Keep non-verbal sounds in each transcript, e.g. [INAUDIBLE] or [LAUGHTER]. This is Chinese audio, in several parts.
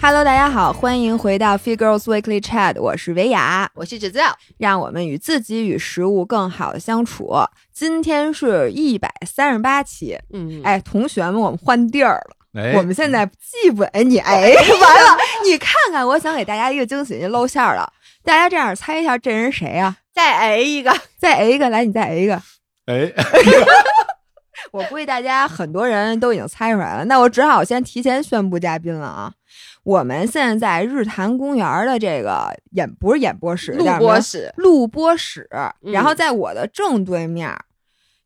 Hello，大家好，欢迎回到 Fit Girls Weekly Chat，我是维雅，我是 Giselle。让我们与自己与食物更好的相处。今天是一百三十八期，嗯，哎，同学们，我们换地儿了。哎，我们现在既不哎你 [LAUGHS] 哎完了，你看看，我想给大家一个惊喜，你露馅儿了。大家这样猜一下，这人谁啊？再挨一个，再 A 一个，来，你再 A 一个。哎， [LAUGHS] 我估计大家很多人都已经猜出来了，那我只好先提前宣布嘉宾了啊！我们现在在日坛公园的这个演不是演播室，录叫什么播室，录播室，然后嗯在我的正对面。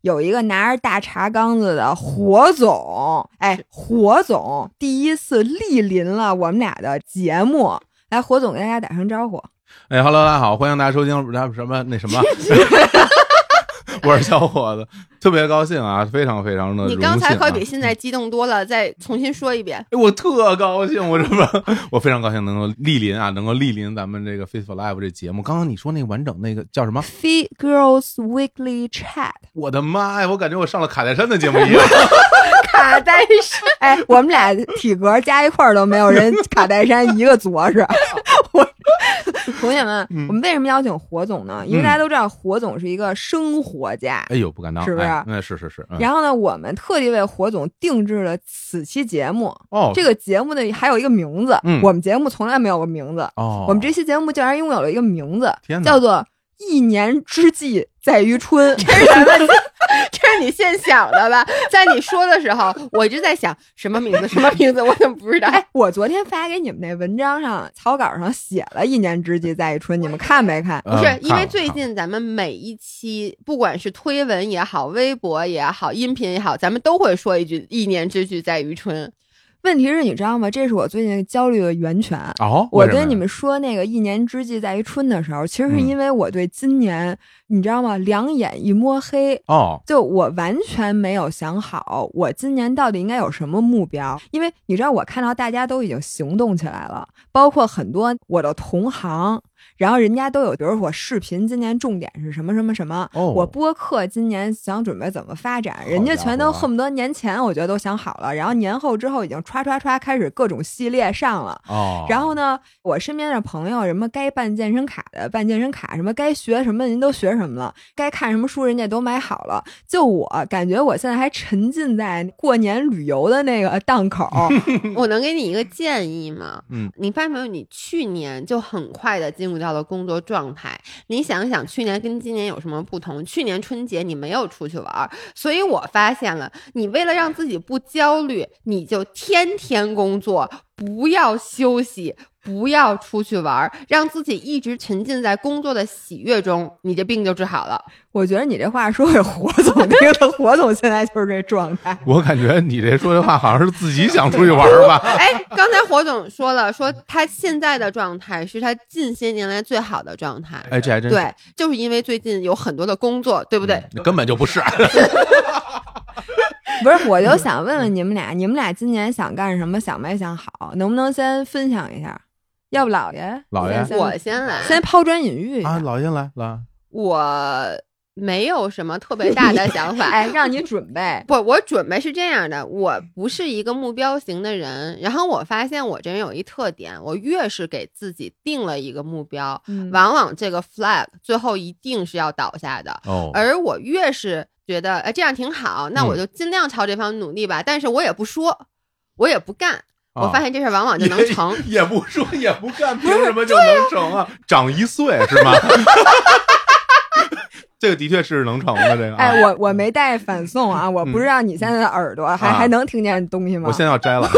有一个拿着大茶缸子的火总，哎，火总第一次莅临了我们俩的节目，来，火总跟大家打声招呼。哎，Hello，大家好，欢迎大家收听咱们什么那什么， [LAUGHS] 我是小伙子，特别高兴啊，非常非常的、荣你刚才幸啊可比现在激动多了，再重新说一遍。 [LAUGHS] 哎我特高兴，我这不， [LAUGHS] 我非常高兴能够莅临啊，能够莅临咱们这个 Faithful Live 这节目。刚刚你说那个完整那个叫什么？ Fit Girls Weekly Chat，我的妈呀，我感觉我上了卡戴珊的节目 [LAUGHS] 一样。卡戴珊，哎，我们俩体格加一块儿都没有 [LAUGHS] 人卡戴珊一个着实。我哦同学们， [LAUGHS] 嗯我们为什么邀请火总呢？因为大家都知道火总是一个生活家。哎呦，不敢当，是不是啊哎嗯，是是是。嗯、然后呢，我们特地为火总定制了此期节目。哦，这个节目呢，还有一个名字，嗯我们节目从来没有过名字。哦，我们这期节目竟然拥有了一个名字天，哪叫做“一年之计在于 [LAUGHS] 春”。这是你现想的吧？在你说的时候，我一直在想什么名字，什么名字，我怎么不知道？哎，我昨天发给你们那文章上草稿上写了“一年之计在于春”，你们看没看？不不是，因为最近咱们每一期，不管是推文也好，微博也好，音频也好，咱们都会说一句“一年之计在于春问题是你知道吗？这是我最近焦虑的源泉。啊哦，我为什么呀嗯跟你们说那个“一年之计在于春”的时候，其实是因为我对今年，你知道吗？两眼一摸黑，哦，就我完全没有想好，我今年到底应该有什么目标？因为你知道，我看到大家都已经行动起来了，包括很多我的同行，然后人家都有，比如我视频今年重点是什么什么什么，哦我播客今年想准备怎么发展，人家家伙全都恨不得年前我觉得都想好了，然后年后之后已经歘歘歘开始各种系列上了。哦，然后呢，我身边的朋友，什么该办健身卡的办健身卡，什么该学什么人都学什么了，该看什么书人家都买好了。就我感觉我现在还沉浸在过年旅游的那个档 [LAUGHS] 口，”。我能给你一个建议吗？嗯，你发现没有？你去年就很快的进入到了工作状态。你想一想，去年跟今年有什么不同？去年春节你没有出去玩儿，所以我发现了，你为了让自己不焦虑，你就天天工作，不要休息。不要出去玩儿，让自己一直沉浸在工作的喜悦中，你这病就治好了。我觉得 [LAUGHS] 你这话说给火总听了，火总现在就是这状态。我感觉你这说的话好像是自己想出去玩儿吧？哎，刚才火总说了，说他现在的状态是他近些年来最好的状态。哎，这还真是对，就是因为最近有很多的工作，对不对？嗯根本就不是。 [LAUGHS] 不是，我就想问问你们俩，你们俩今年想干什么？想没想好？能不能先分享一下？要不老爷，老爷你先我先来，先抛砖引玉一下啊，老爷来了，我没有什么特别大的 [LAUGHS] 想法。哎，让你准备。不，我准备是这样的，我不是一个目标型的人。然后我发现我这人有一特点，我越是给自己定了一个目标，嗯往往这个 flag 最后一定是要倒下的。哦，而我越是觉得，哎，这样挺好，那我嗯就尽量朝这方面努力吧。但是我也不说，我也不干，啊我发现这事儿往往就能成。也不说也不干，凭什么就能成啊？长一岁是吗？这个的确是能成的，这个啊。哎，我我没带反送啊，我不知道你现在的耳朵还、嗯啊还能听见东西吗？我现在要摘了。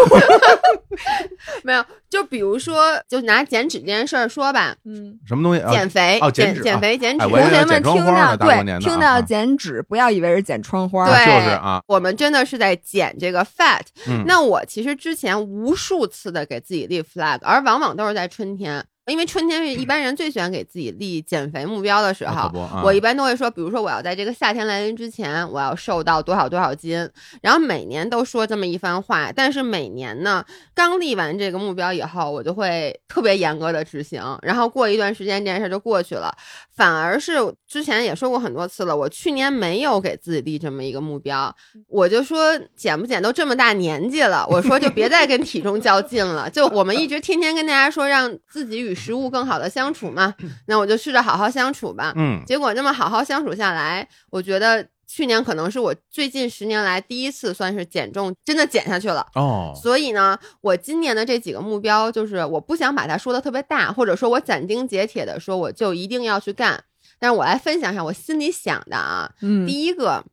没有，就比如说，就拿减脂这件事儿说吧，嗯，什么东西？啊减肥、哦减减脂肥、减脂，哎同我以为学要们剪窗听花呢到大过年对，的听啊到啊剪纸，不要以为是剪窗花。对就是啊，我们真的是在减这个 fat。嗯那我其实之前无数次的给自己立 flag，而往往都是在春天。因为春天是一般人最喜欢给自己立减肥目标的时啊可候。不啊我一般都会说，比如说我要在这个夏天来临之前，我要瘦到多少多少斤，然后每年都说这么一番话，但是每年呢，刚立完这个目标以后，我就会特别严格的执行，然后过一段时间这件事儿就过去了。反而是之前也说过很多次了，我去年没有给自己立这么一个目标， [LAUGHS] 我就说减不减都这么大年纪了，我说就别再跟体重较劲了。就我们一直天天跟大家说让自己与食物更好的相处嘛，那我就试着好好相处吧。嗯，结果那么好好相处下来，我觉得去年可能是我最近十年来第一次算是减重真的减下去了。哦，所以呢，我今年的这几个目标，就是我不想把它说的特别大，或者说我斩钉截铁的说我就一定要去干。但是我来分享一下我心里想的啊，嗯，第一个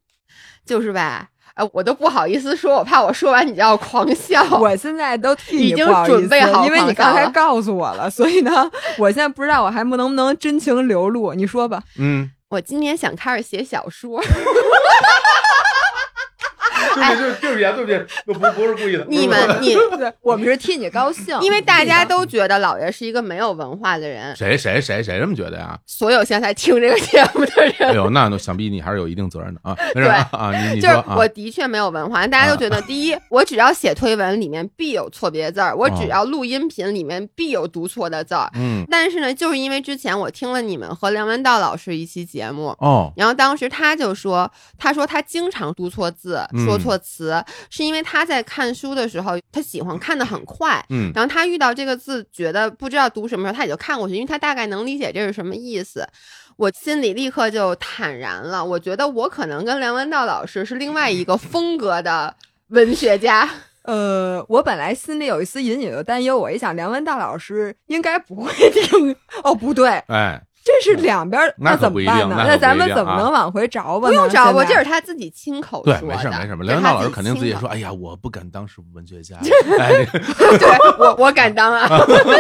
就是吧，呃，我都不好意思说，我怕我说完你就要狂笑。嗯我现在都替你已经不好意思准备好因为你放下刚了才告诉我了，所以呢，我现在不知道我还不能不能真情流露。你说吧，嗯，我今年想开始写小说，对不起，对不起，对不起，我不不是故意的你们 [LAUGHS] 你，对我们是替嗯你嗯高兴，因为大家都觉得老爷是一个没有文化的人，谁谁谁谁这么觉得呀？所有现在听这个节目的 [LAUGHS] 哎人。呦，那想必你还是有一定责任的啊。没事啊，啊你你就说是啊，我的确没有文化，大家都觉得，第一，我只要写推文里面必有错别字儿，我哦只要录音频里面必有读错的字儿。嗯，但是呢，就是因为之前我听了你们和梁文道老师一期节目，哦，然后当时他就说，他说他经常读错字、嗯说错词，是因为他在看书的时候，他喜欢看的很快。嗯然后他遇到这个字，觉得不知道读什么时候，他也就看过去，因为他大概能理解这是什么意思。我心里立刻就坦然了，我觉得我可能跟梁文道老师是另外一个风格的文学 [LAUGHS] 家。呃，我本来心里有一丝隐隐的担忧，我一想梁文道老师应该不会 [LAUGHS] 听，哦，不对，哎，这是两边儿，那可怎不么一办定呢？那可那不咱一们定怎么啊能往回找吧呢？不用找我，现在 [LAUGHS] 这是他自己亲口说对的。，没事没事，这是梁文他道老师己肯定自己亲口说，哎呀，我不敢当是文学家， [LAUGHS] 哎，这对 [LAUGHS] 我我敢当啊。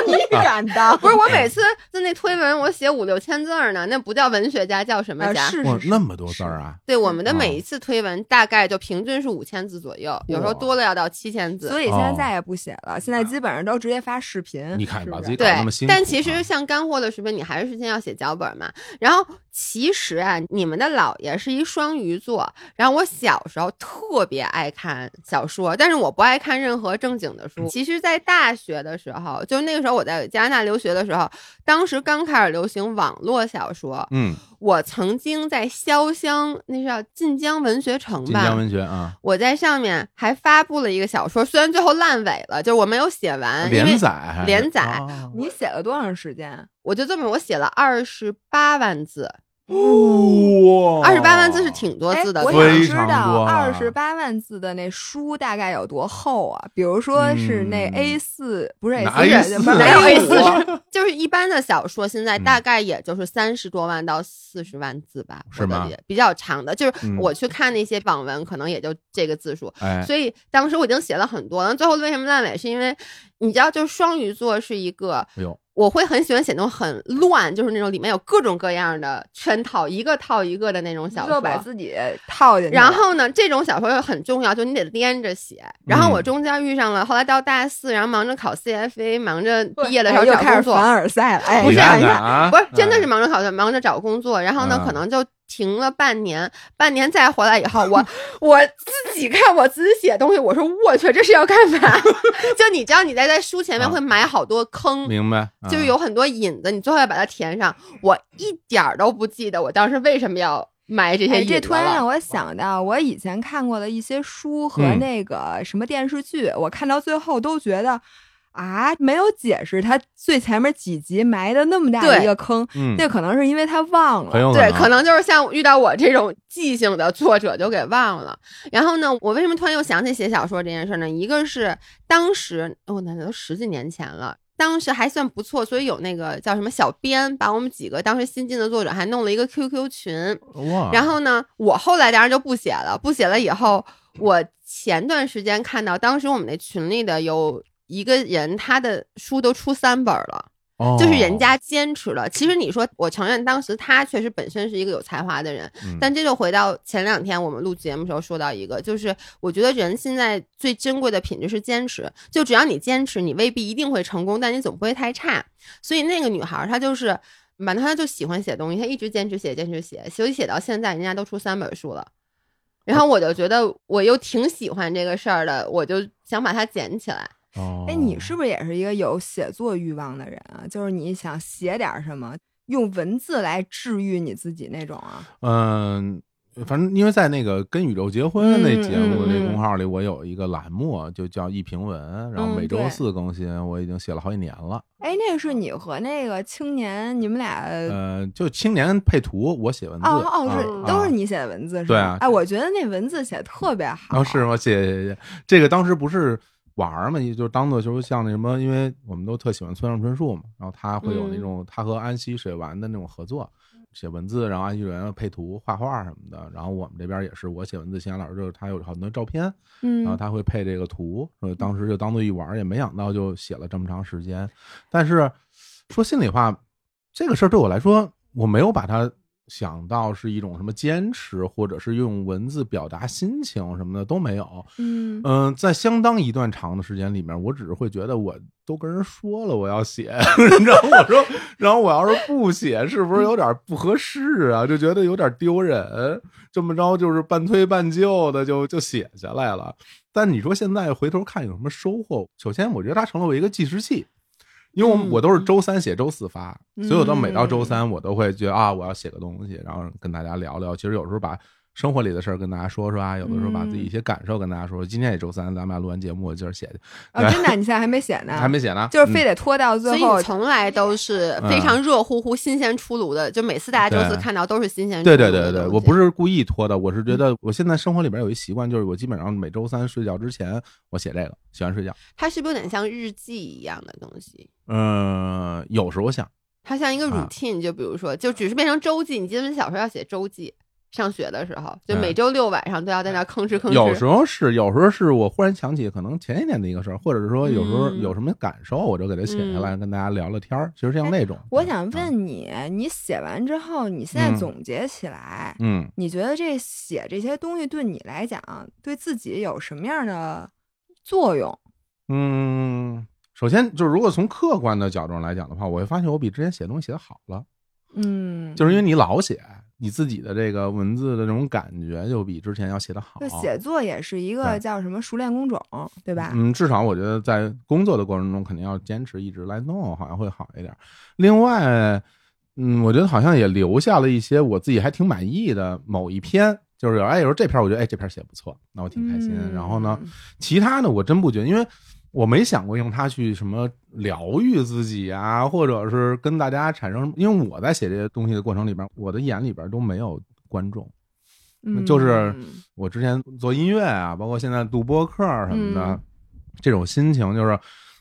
你敢当？不是我每次在那推文，我写五六千字儿呢，那不叫文学家，叫什么呃家？是嗯哇是，是那么多字儿啊，对我们的哦每一次推文大概就平均是五千字左右，有时候多了要到七千字。所以现在再也不写了，现在基本上都直接发视频。哦啊你看是不把是自己搞对那么辛，苦啊，但其实像干货的视频，你还是先要写脚本嘛。然后其实啊，你们的姥爷是一双鱼座，然后我小时候特别爱看小说，但是我不爱看任何正经的嗯书。其实，在大学的时候，就那个时候我在加拿大留学的时候，当时刚开始流行网络小说，嗯，我曾经在潇湘，那是叫晋江文学城晋吧？江文学啊，我在上面还发布了一个小说，虽然最后烂尾了，就是我没有写完，呃因为连载还是连载哦你写了多长时间？我就这么我写了二十八万字，哇，嗯二十八万字哦是挺多字的哎、，我对想非知常道多啊二十八万字的那书大概有多厚啊？比如说是那嗯 A 四，不是 A 哪四， A4 不是哪有 A A4 五，就是一般的小说，现在嗯大概也就是三十多万到四十万字吧，是吗我的理解？比较长的，就是嗯我去看那些网文，可能也就这个字数。哎，所以当时我已经写了很多了，最后为什么烂尾？是因为你知道，就是双鱼座是一个哎呦，我会很喜欢写那种很乱，就是那种里面有各种各样的圈套，一个套一个的那种小就说。把自己套进去了。然后呢，这种小说又很重要，就你得连着写。然嗯后我中间遇上了，后来到大四，然后忙着考 CFA，忙着毕业的时候哎又找开始工凡作，尔赛了，嗯哎，不你是看你看看啊，不是真的是哎忙着考试，忙着找工作。然后呢嗯，可能就停了半年，半年再回来以后， [LAUGHS] 我我自己看我自己写东西，我说我去，这是要干嘛？ [LAUGHS] 就你知道你在在书前面啊会埋好多坑，明白，啊就是有很多引子，你最后要把它填上。我一点儿都不记得我当时为什么要埋这些哎，引子了。这突然让我想到，我以前看过的一些书和嗯那个什么电视剧，我看到最后都觉得啊，没有解释他最前面几集埋的那么大对一个坑，嗯，那可能是因为他忘很了。有对，可可能就是像遇到我这种记性的作者就给忘了。然后呢，我为什么突然又想起写小说这件事呢？一个是当时我那都十几年前了。当时还算不错，所以有那个叫什么小编，把我们几个当时新进的作者还弄了一个 QQ 群。能哇，然后呢，我后来当然就不写了，不写了以后，我前段时间看到，当时我们那群里的有一个人，他的书都出三本了，哦就是人家坚持了。其实你说，我承认当时他确实本身是一个有才华的人，嗯但这就回到前两天我们录节目时候说到一个，就是我觉得人现在最珍贵的品质是坚持。就只要你坚持，你未必一定会成功，但你总不会太差。所以那个女孩儿她就是，反正她就喜欢写东西，她一直坚持写，坚持写，所以写到现在，人家都出三本书了。然后我就觉得我又挺喜欢这个事儿的，我就想把它捡起来。哦哎，你是不是也是一个有写作欲望的人啊？就是你想写点儿什么，用文字来治愈你自己那种啊？嗯。反正因为在那个跟宇宙结婚那节目嗯嗯那嗯公号里，我有一个栏目就叫一评文，嗯然后每周四更新，我已经写了好几年了。哎，那啊个是你和那个青年，你们俩、呃，就青年配图，我写文字，哦哦啊是、嗯都啊是你写的文字是吧？对啊哎，我觉得那文字写得特别好。啊，是吗？谢谢谢谢。这个当时不是玩儿嘛，也就是当做就是像那什么，因为我们都特喜欢村上春树嘛，然后他会有那嗯种、他和安溪水丸的那种合作，写文字，然后安溪水丸配图、画画什么的。然后我们这边也是，我写文字，邢岩老师就是他有很多照片，嗯，然后他会配这个图。呃，当时就当做一玩儿，也没想到就写了这么长时间。但是说心里话，这个事儿对我来说，我没有把它想到是一种什么坚持，或者是用文字表达心情什么的都没有。嗯 [LAUGHS] 嗯、在相当一段长的时间里面，我只是会觉得我都跟人说了我要写， [LAUGHS] 然后我说，然后我要是不写，是不是有点不合适啊？就觉得有点丢人，这么着就是半推半就的就就写下来了。但你说现在回头看有什么收获？首先，我觉得它成了我一个计时器。因为我嗯我都是周三写，周四发，所以我到每到周三，我都会觉得啊，我要写个东西，然后跟大家聊聊。其实有时候把生活里的事儿跟大家说说啊，有的时候把嗯自己一些感受跟大家说说。今天也周三，咱们俩录完节目，我今儿写去，哦，真的，你现在还没写呢？还没写嗯呢，就是非得得拖到所最以后你。从来都是非常热乎乎、新鲜出炉的，就每次大家周四嗯对看到都是新鲜出对炉的对对东西。嗯对，我不是故意拖的，我是觉得我现在生活里边有一习惯，就是我基本上每周三睡觉之前，我写这个，写完睡觉。它是不是有点像日记一样的东西？嗯，有时候想，它像一个啊 routine，、就比如说，就只是变成周记。你记得小时候要写周记，上学的时候，就嗯每周六晚上都要在那儿吭哧吭哧。有时候是，有时候是我忽然想起可能前一年的一个事儿，或者是说有时候嗯有什么感受，我就给它写下来，跟大家聊聊天儿。其实像那种，嗯哎我想问你，你写完之后，你现在嗯总结起来，嗯，你觉得这写这些东西对你来讲，对自己有什么样的作用？嗯，首先就是如果从客观的角度上来讲的话，我会发现我比之前写东西写的好了，嗯，就是因为你老写，你自己的这个文字的这种感觉就比之前要写的好就。写作也是一个对叫什么熟练工种，对吧？嗯，至少我觉得在工作的过程中，肯定要坚持一直来弄，好像会好一点。另外，嗯，我觉得好像也留下了一些我自己还挺满意的某一篇，就是有哎，有时候这篇我觉得哎这篇写不错，那我挺开心。嗯然后呢，其他的我真不觉得，因为我没想过用它去什么疗愈自己啊，或者是跟大家产生，因为我在写这些东西的过程里边，我的眼里边都没有观众。嗯就是我之前做音乐啊，包括现在录播客什么的，嗯这种心情就是。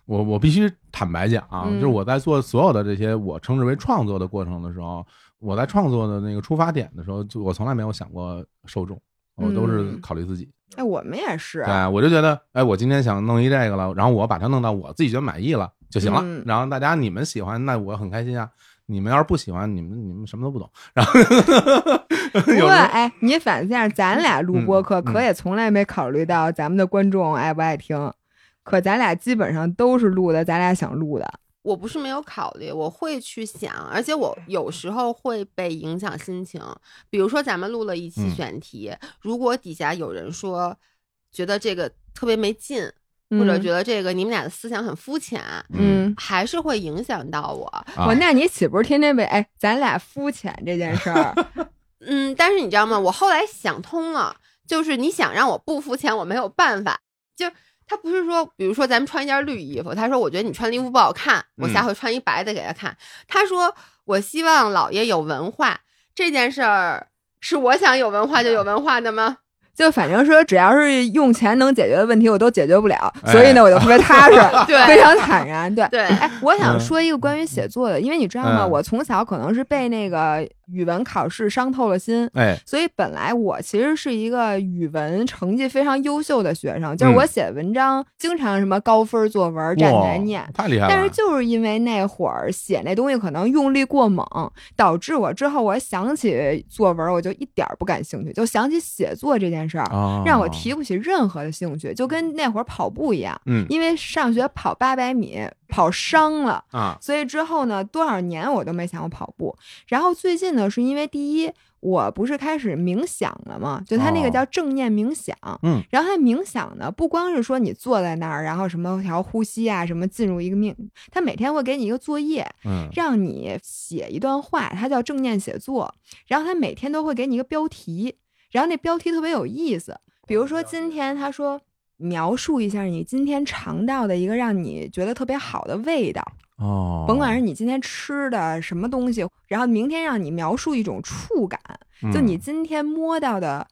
我我必须坦白讲、啊嗯就是我在做所有的这些我称之为创作的过程的时候，我在创作的那个出发点的时候，就我从来没有想过受众，我都是嗯考虑自己。哎，我们也是，对，我就觉得，哎，我今天想弄一这个了，然后我把它弄到我自己觉得满意了就行了。嗯然后大家你们喜欢，那我很开心啊。你们要是不喜欢，你们你们什么都不懂。然后不 [LAUGHS] 有过时候哎，你反向，咱俩录播客，嗯嗯可也从来没考虑到咱们的观众爱不爱听。可咱俩基本上都是录的，咱俩想录的。我不是没有考虑，我会去想，而且我有时候会被影响心情。比如说，咱们录了一期嗯选题，如果底下有人说觉得这个特别没劲，或嗯者觉得这个你们俩的思想很肤浅，嗯，还是会影响到我。啊我、那你岂不是天天被哎，咱俩肤浅这件事 [LAUGHS] 儿？嗯，但是你知道吗？我后来想通了，就是你想让我不肤浅，我没有办法。就他不是说，比如说咱们穿一件绿衣服，他说我觉得你穿的衣服不好看，我下嗯回穿一白的给他看。他说我希望老爷有文化，这件事儿是我想有文化就有文化的吗？ [LAUGHS] 就反正说，只要是用钱能解决的问题，我都解决不了，哎所以呢，我就 [LAUGHS] 特别踏实，对非常坦然。对，对哎，我想嗯说一个关于写作的，因为你知道吗？嗯我从小可能是被那个语文考试伤透了心。哎，所以本来我其实是一个语文成绩非常优秀的学生，嗯就是我写文章经常什么高分作文站起来哇念，太厉害了！但是就是因为那会儿写那东西可能用力过猛，导致我之后我想起作文我就一点儿不感兴趣，就想起写作这件事儿，啊，让我提不起任何的兴趣，就跟那会儿跑步一样，嗯因为上学跑八百米跑伤了。啊，所以之后呢，多少年我都没想过跑步。然后最近呢，是因为第一，我不是开始冥想了吗？就它那个哦叫正念冥想。嗯。然后它冥想呢，不光是说你坐在那儿，然后什么调呼吸啊，什么进入一个命，它每天会给你一个作业，嗯让你写一段话，它叫正念写作。然后它每天都会给你一个标题，然后那标题特别有意思。比哦如说今天他说。描述一下你今天尝到的一个让你觉得特别好的味道，哦， [LAUGHS] 甭管是你今天吃的什么东西，然后明天让你描述一种触感，就嗯你今天摸到的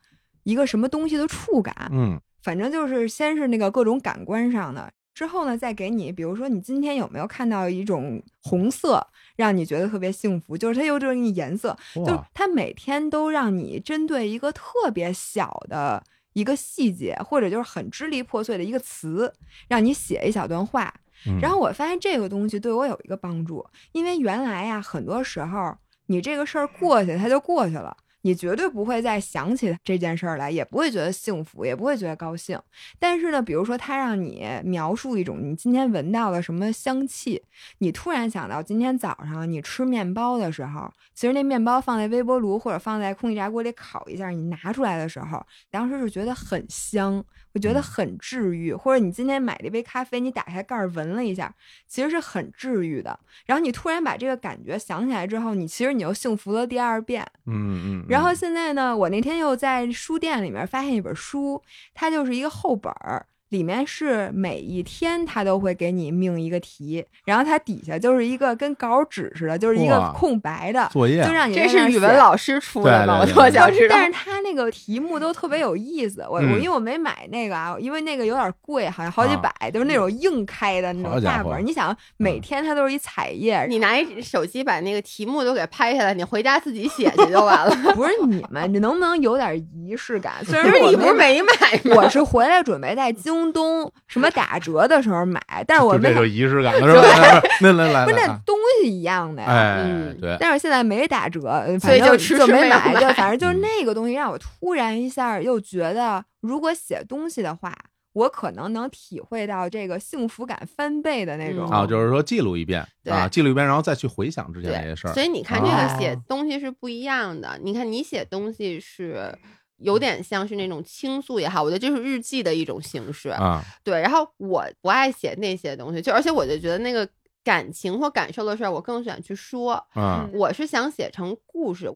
一个什么东西的触感，嗯反正就是先是那个各种感官上的，之后呢再给你，比如说你今天有没有看到一种红色，让你觉得特别幸福，就是它有这种颜色，嗯就是哇它每天都让你针对一个特别小的一个细节，或者就是很支离破碎的一个词，让你写一小段话。嗯然后我发现这个东西对我有一个帮助，因为原来呀，很多时候你这个事儿过去，它就过去了。你绝对不会再想起这件事儿来，也不会觉得幸福，也不会觉得高兴。但是呢，比如说他让你描述一种你今天闻到的什么香气，你突然想到今天早上你吃面包的时候，其实那面包放在微波炉或者放在空气炸锅里烤一下，你拿出来的时候，当时是觉得很香，我觉得嗯很治愈。或者你今天买了一杯咖啡，你打开盖儿闻了一下，其实是很治愈的。然后你突然把这个感觉想起来之后，你其实你又幸福了第二遍。嗯嗯，然后现在呢，我那天又在书店里面发现一本书，它就是一个厚本儿，里面是每一天它都会给你命一个题，然后它底下就是一个跟稿纸似的，就是一个哇空白的，作业啊就让你这在那是儿语文写老师出的吗？对我对对特想 [LAUGHS] 知道但。是它那个题目都特别有意思，我、嗯啊我因为我没买那个啊，因为那个有点贵，好像好几百，就是那种硬开的那好种家大伙嗯本儿。你想，每天它都是一彩页，你拿一手机把那个题目都给拍下来，你回家自己写去就 [LAUGHS] 完了。 [LAUGHS] 不是你们，你能不能有点仪式感？虽不然是我你不是没没买吗？我是回来准备在京东什么打折的时候买，但是我啊就没这有就，仪式感了是吧？ [LAUGHS] 那来来不是来那啊，东西一样的呀。哎嗯对，但是现在没打折，呃所反以正就迟迟就没 [LAUGHS] 没有买对，反正嗯就是那个东西让我突然一下又觉得，如果写东西的话，我可能能体会到这个幸福感翻倍的那种。嗯啊，就是说记录一遍对啊，记录一遍，然后再去回想之前那些对事，儿所。以你看，这啊个写哦东西是不一样的。你看，你写东西是有点像是那种倾诉也好，我觉得这是日记的一种形式。啊，对，然后我不爱写那些东西，就而且我就觉得那个感情或感受的事儿，我更喜欢去说。嗯我是想写成故事。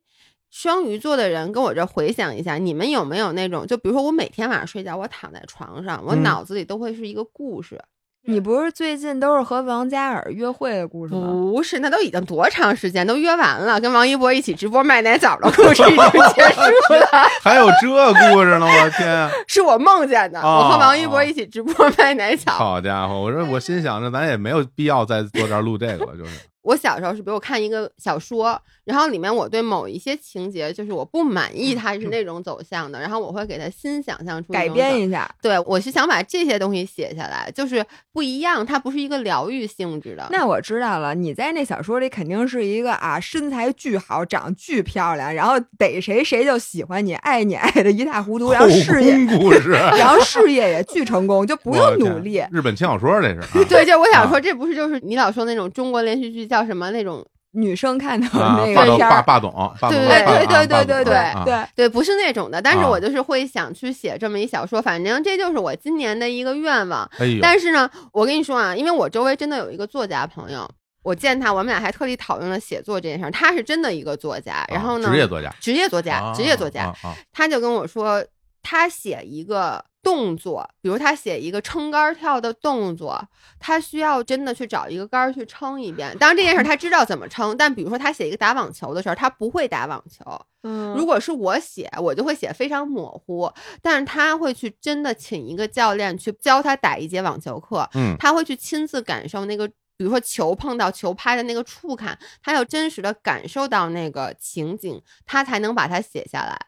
双鱼座的人跟我这回想一下，你们有没有那种，就比如说我每天晚上睡觉，我躺在床上，我嗯脑子里都会是一个故事，你不是最近都是和王嘉尔约会的故事吗？不是，那都已经多长时间，都约完了，跟王一博一起直播卖奶枣的故事已经结束了， [LAUGHS] [LAUGHS] 还有这故事呢，我天啊！是我梦见的，我和哦王一博一起直播卖奶枣。好家伙，我说我心想着咱也没有必要再坐这儿录这个了，就是我小时候是，比如我看一个小说，然后里面我对某一些情节就是我不满意，它是那种走向的，然后我会给它新想象出改编一种走。一下。对，我是想把这些东西写下来，就是不一样，它不是一个疗愈性质的。那我知道了，你在那小说里肯定是一个啊，身材巨好，长巨漂亮，然后逮谁谁就喜欢你，爱你爱的一塌糊涂，然后事业，宫故事，然后事业也巨成功，就不我用天努力，日本轻小说这是啊，对，就我想说，啊这不是就是你老说那种中国连续剧叫什么那种女生看到啊那霸个道片霸儿，霸总，霸总霸总对对对啊对对霸总啊对啊对，对，不是那种的，但是啊我就是会想去写这么一小说，反正这就是我今年的一个愿望。哎呦，但是呢，我跟你说啊，因为我周围真的有一个作家朋友，我见他，我们俩还特地讨论了写作这件事儿。他是真的一个作家，然后呢，啊职业作家，职业作家，职业作家，啊啊啊他就跟我说，他写一个动作，比如他写一个撑杆儿跳的动作，他需要真的去找一个杆儿去撑一遍。当然这件事儿他知道怎么撑，但比如说他写一个打网球的时候，他不会打网球。嗯如果是我写，我就会写非常模糊，但是他会去真的请一个教练去教他打一节网球课，嗯他会去亲自感受那个比如说球碰到球拍的那个触感，他要真实的感受到那个情景，他才能把它写下来。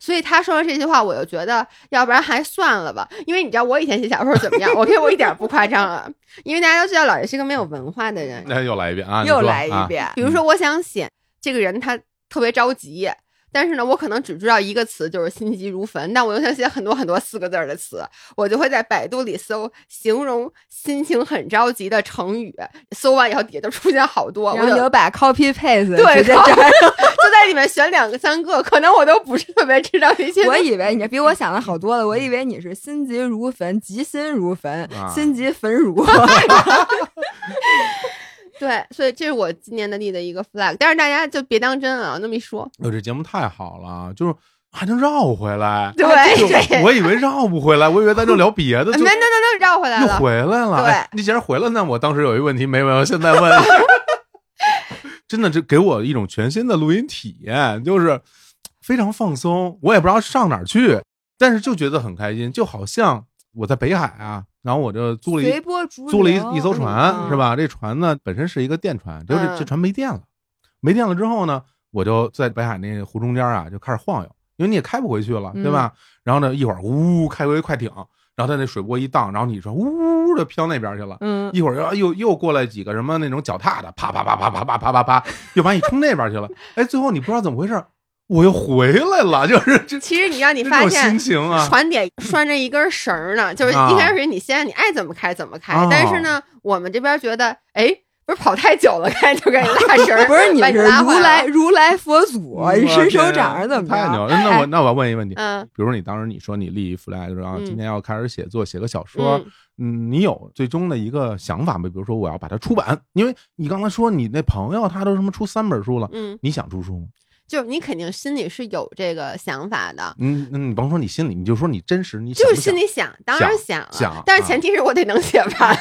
所以他说了这句话，我就觉得，要不然还算了吧。因为你知道我以前写小说怎么样？我跟我一点儿不夸张啊，因为大家都知道老爷是个没有文化 [LAUGHS] 的人。那又来一遍啊！你又说来一啊遍。比如说，我想写这个人他特别着急，但是呢，我可能只知道一个词，就是心急如焚。但我又想写很多很多四个字儿的词，我就会在百度里搜形容心情很着急的成语，搜完以后底下就出现好多，我然后就你就把 copy [LAUGHS] paste 对直接 copy 粘上。就在里面选两个三个，可能我都不是特别知道那些。我以为你比我想的好多了，我以为你是心急如焚，急心如焚，啊心急焚 [LAUGHS] 如。对，所以这是我今年的立的一个 flag，但是大家就别当真啊，那么一说，哎呦，这节目太好了，就是还能绕回来。对就对，我以为绕不回来，我以为咱就聊别的，没就没没没绕回来又了。回来了。对哎你既然回来，那我当时有一个问题没问，我 [LAUGHS] 现在问，真的这给我一种全新的录音体验，就是非常放松。我也不知道上哪儿去，但是就觉得很开心，就好像我在北海啊，然后我就租了一随波逐流，租了一一艘船嗯是吧？这船呢本身是一个电船，就是嗯这船没电了，没电了之后呢，我就在北海那湖中间啊就开始晃悠，因为你也开不回去了，对吧？嗯然后呢，一会儿呜开回快艇，然后它那水波一荡，然后你说呜呜的飘那边去了。嗯，一会儿又又又过来几个什么那种脚踏的，啪啪啪啪啪啪啪啪啪，又把你冲那边去了。哎，最后你不知道怎么回事，我又回来了，就是这其实你让你这发种现心，情啊，船底拴着一根绳 [LAUGHS] 儿呢，就是啊一开始你先你爱怎么开怎么开，哦但是呢，我们这边觉得，哎，不是跑太久了，开就给你拉 [LAUGHS] 绳儿，不是你把你是拉如回来来，如来佛祖，你伸手掌是怎么着？啊哎太牛了！哎那我那我要问一个问题，嗯比如你当时你说你立一 flag，然后嗯今天要开始写作，写个小说，嗯嗯，你有最终的一个想法吗？比如说我要把它出版，因为你刚才说你那朋友他都什么出三本书了，嗯，你想出书吗？就你肯定心里是有这个想法的。嗯，那你甭说你心里，你就说你真实，你想就不是心想里想，当然想了，想但是啊前提是我得能写完。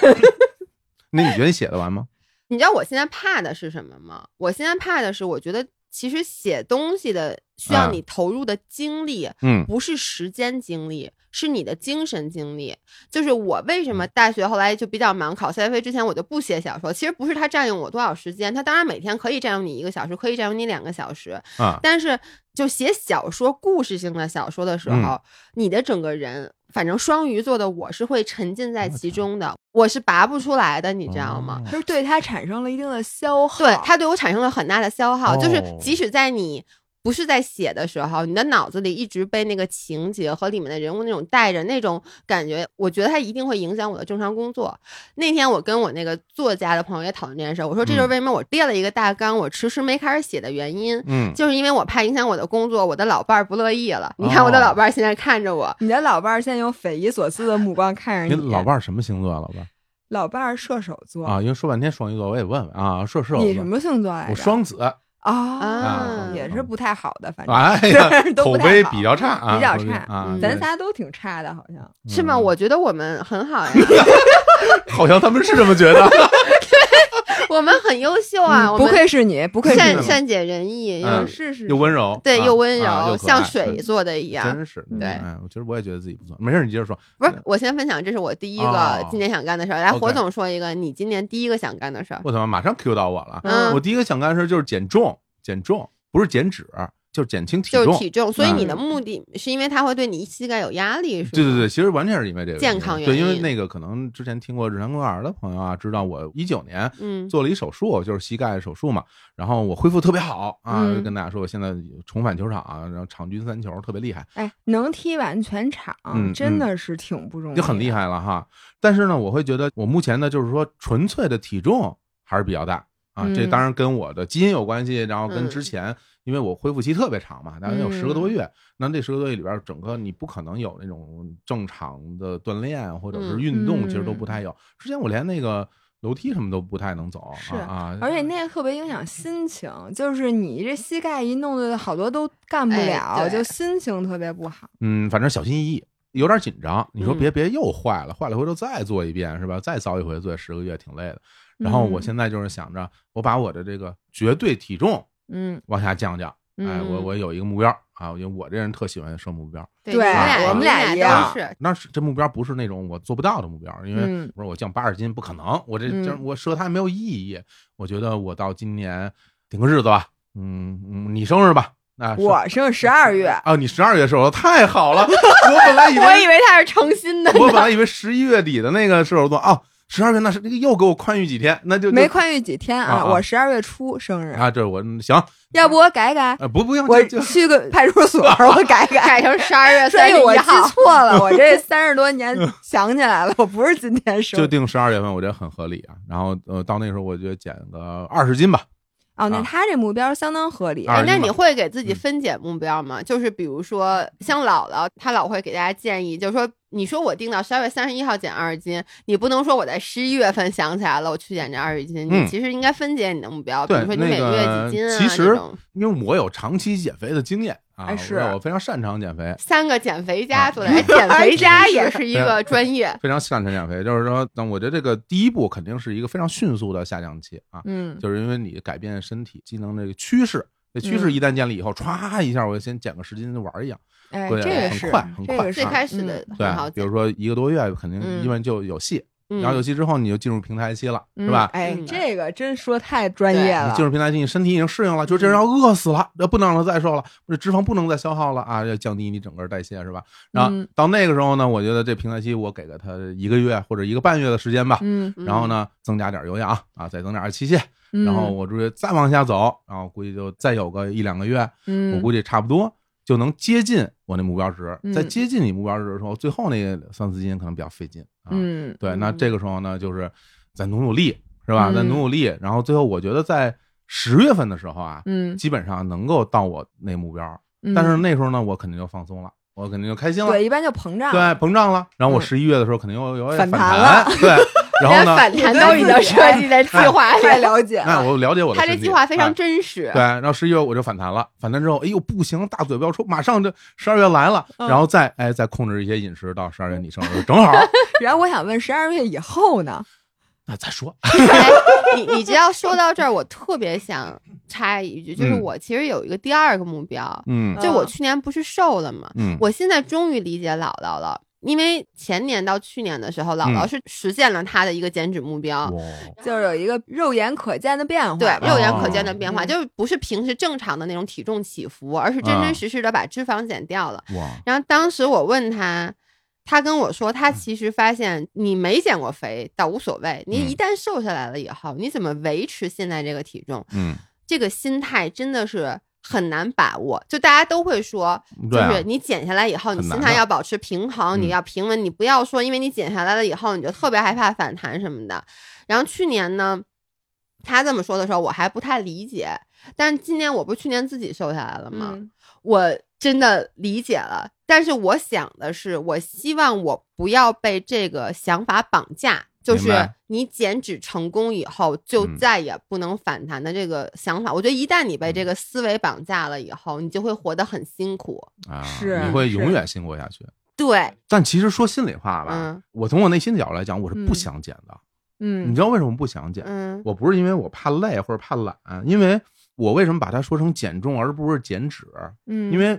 那你觉得你写得完吗？ [LAUGHS] 你知道我现在怕的是什么吗？我现在怕的是，我觉得其实写东西的需要嗯你投入的精力，啊嗯不是时间精力，是你的精神精力。就是我为什么大学后来就比较忙，考 CFA 之前我就不写小说。其实不是它占用我多少时间，它当然每天可以占用你一个小时，可以占用你两个小时， [LAUGHS] 啊，但是就写小说、故事性的小说的时候，嗯你的整个人，反正双鱼座的我是会沉浸在其中的，我是拔不出来的，你知道吗？哦？就是对它产生了一定的消耗。对，它对我产生了很大的消耗，就是哦即使在你。不是在写的时候，你的脑子里一直被那个情节和里面的人物那种带着那种感觉，我觉得它一定会影响我的正常工作。那天我跟我那个作家的朋友也讨论这件事儿，我说这嗯就是为什么我列了一个大纲，我迟迟没开始写的原因。嗯，就是因为我怕影响我的工作，我的老伴儿不乐意了。你看我的哦老伴儿现在看着我，你的老伴儿现在用匪夷所思的目光看你着你。老伴儿什么星座啊？老伴儿老伴儿射手座，啊，因为说半天双鱼座，我也问问啊，射射手你座什么星座来着？我 [LAUGHS] 双子，啊啊，也是不太好的，反正，哎呀 [LAUGHS] 都口不太碑好比较差啊，比较口碑差啊嗯，咱对仨都挺差的，好像。是吗？嗯我觉得我们 [LAUGHS] 很好呀，好像他们是这么觉得。我们很优秀啊，我嗯不们愧是你，不愧是善你，善解人嗯意，又嗯是是又温柔，对啊又温柔，啊又可爱像水做的一样。真是对哎，我其实我也觉得自己不错。没事，你接着说。不是，我先分享，这是我第一个哦今年想干的事儿。来， OK 火总说一个你今年第一个想干的事儿。我他妈马上 Q 到我了。嗯我第一个想干的事就是减重，减重不是减脂，就是减轻体就重。是体重，所以嗯你的目的是因为它会对你膝盖有压力，是吗？对对对，其实完全是因为这个啊健康原因对，因为那个可能之前听过日常公园的朋友啊，知道我一九年嗯，做了一手术，就是膝盖手术嘛，然后我恢复特别好啊，嗯就跟大家说我现在重返球场啊，然后场均三球特别厉害。哎，能踢完全场嗯真的是挺不容易，就很厉。害了哈。但是呢，我会觉得我目前呢，就是说纯粹的体重还是比较大啊。这嗯当然跟我的基因有关系，然后跟嗯之前，因为我恢复期特别长嘛，大概有十嗯个多月。那这十个多月里边，整个你不可能有那种正常的锻炼或者是运动，嗯其实都不太有。之前我连那个楼梯什么都不太能走是啊啊，而且那个特别影响心情，就是你这膝盖一弄的，好多都干不哎了，对就心情特别不好。嗯，反正小心翼翼，有点紧张。你说嗯别别又坏了，坏了回头再做一遍是吧？再遭一回罪，十个月挺累的。然后我嗯现在就是想着，我把我的这个绝对体重嗯，往下降降，哎，我嗯我有一个目标啊，因为我这人特喜欢设目标，对对你我俩们你俩俩一样都是， [LAUGHS] 那是这目标不是那种我做不到的目标，因为嗯我说我降八十斤不可能，我这嗯这我设它没有意义。我觉得我到今年顶个日子吧，嗯嗯，你生日吧，那是我生十二月，啊，你十二月生日太好了，我 [LAUGHS] 本来以我为以为他是诚心的呢，我本来以为十一月底的那个射手座哦，十二月那是那个又给我宽裕几天，那就就没宽裕几天啊啊，啊我十二月初生日，啊，这我行，要不我改改，呃，不不用，我就就去个派出所，我改改。改成十二月所三以十我一记号。错了，我 [LAUGHS] 这三十多年想起来了，我不是今天生就的。定十二月份，我觉得很合理啊。然后呃，到那时候我觉得减个二十斤吧，哦，那啊他这目标相当合理。二哎十，那斤你吧会给自己嗯分解目标吗？就是比如说，像姥姥，她老会给大家建议，就是说，你说我定到十二月三十一号减二十斤，你不能说我在十一月份想起来了我去减这二十斤，嗯你其实应该分解你的目标，比对如说你那每个月个几斤啊，其这实种因为我有长期减肥的经验啊，哎我是我非常擅长减肥，三个减肥家啊做的，[LAUGHS] 哎，减肥家真是也是一个专业。非常擅长减肥。就是说，那我觉得这个第一步肯定是一个非常迅速的下降期啊，嗯，就是因为你改变身体机能这个趋势，这趋势一旦建立以后，歘、一下我先减个十斤就玩一样，哎，对，这个很是快很这快。个最是啊开始的很好对，比减如，说一个多月，肯定嗯因为就有戏，嗯然后有戏之后你就进入平台期了，嗯是吧？哎嗯，这个真说太专业你了嗯进。入平台期，你身体已经适应了，就这人要饿死了，那不能让他再瘦了，这脂肪不能再消耗了啊，要降低你整个代谢是吧？然后嗯到那个时候呢，我觉得这平台期我给了他一个月或者一个半月的时间吧，嗯，然后呢增加点有氧啊，再增点器械，嗯然后我估计再往下走，然后估计就再有个一两个月，嗯，我估计差不多。就能接近我那目标值，嗯在接近你目标值的时候，最后那个三四斤可能比较费劲啊。嗯对，那嗯这个时候呢，就是再努努力，是吧？再嗯努努力，然后最后我觉得在十月份的时候啊，嗯，基本上能够到我那目标，嗯但是那时候呢，我肯定就放松了，我肯定就开心了，对一般就膨胀对，，膨胀了。然后嗯我十一月的时候肯定又有反反弹弹，对，然后连呢，嗯反弹都 [LAUGHS] 已经设计在计划里太了，了解那了。我了解我的他这身体计划非哎常真实。对，然后十一月我就反弹了，反弹之后，哎呦不行，大嘴巴要抽，马上就十二月来了，嗯然后再哎再控制一些饮食，到十二月你生日正好，然后我想问，十二月以后呢？那再说，哎，你你只要说到这儿，我特别想插一句，就是嗯我其实有一个第二个目标，嗯就我去年不是瘦了吗？嗯，我现在终于理解姥姥了，因为前年到去年的时候，姥姥嗯是实现了她的一个减脂目标。哇就是有一个肉眼可见的变化，对，肉眼可见的哦变化，嗯就是不是平时正常的那种体重起伏，而是真真啊实实的把脂肪减掉了。哇，然后当时我问他，他跟我说，嗯他其实发现你没减过肥倒无所谓，你嗯一旦瘦下来了以后，你怎么维持现在这个体重，嗯，这个心态真的是很难把握。就大家都会说，就对啊是你减下来以后，你很心难态的要保持平衡，你嗯要平稳，你不要说因为你减下来了以后，你就特别害怕反弹什么的。然后去年呢，他这么说的时候，我还不太理解，但是今年我不是去年自己瘦下来了吗？嗯我真的理解了，但是我想的是，我希望我不要被这个想法绑架，就明是白你减脂成功以后就嗯再也不能反弹的这个想法。我觉得一旦你被这个思维绑架了以后，你就会活得很辛苦。啊，是你会是永远辛苦下去。对，但其实说心里话吧，嗯我从我内心的角度来讲，我是嗯不想减的。你嗯知道为什么不想减？嗯我不是因为我怕累或者怕懒，因为我为什么把它说成减重而不是减脂？嗯，因为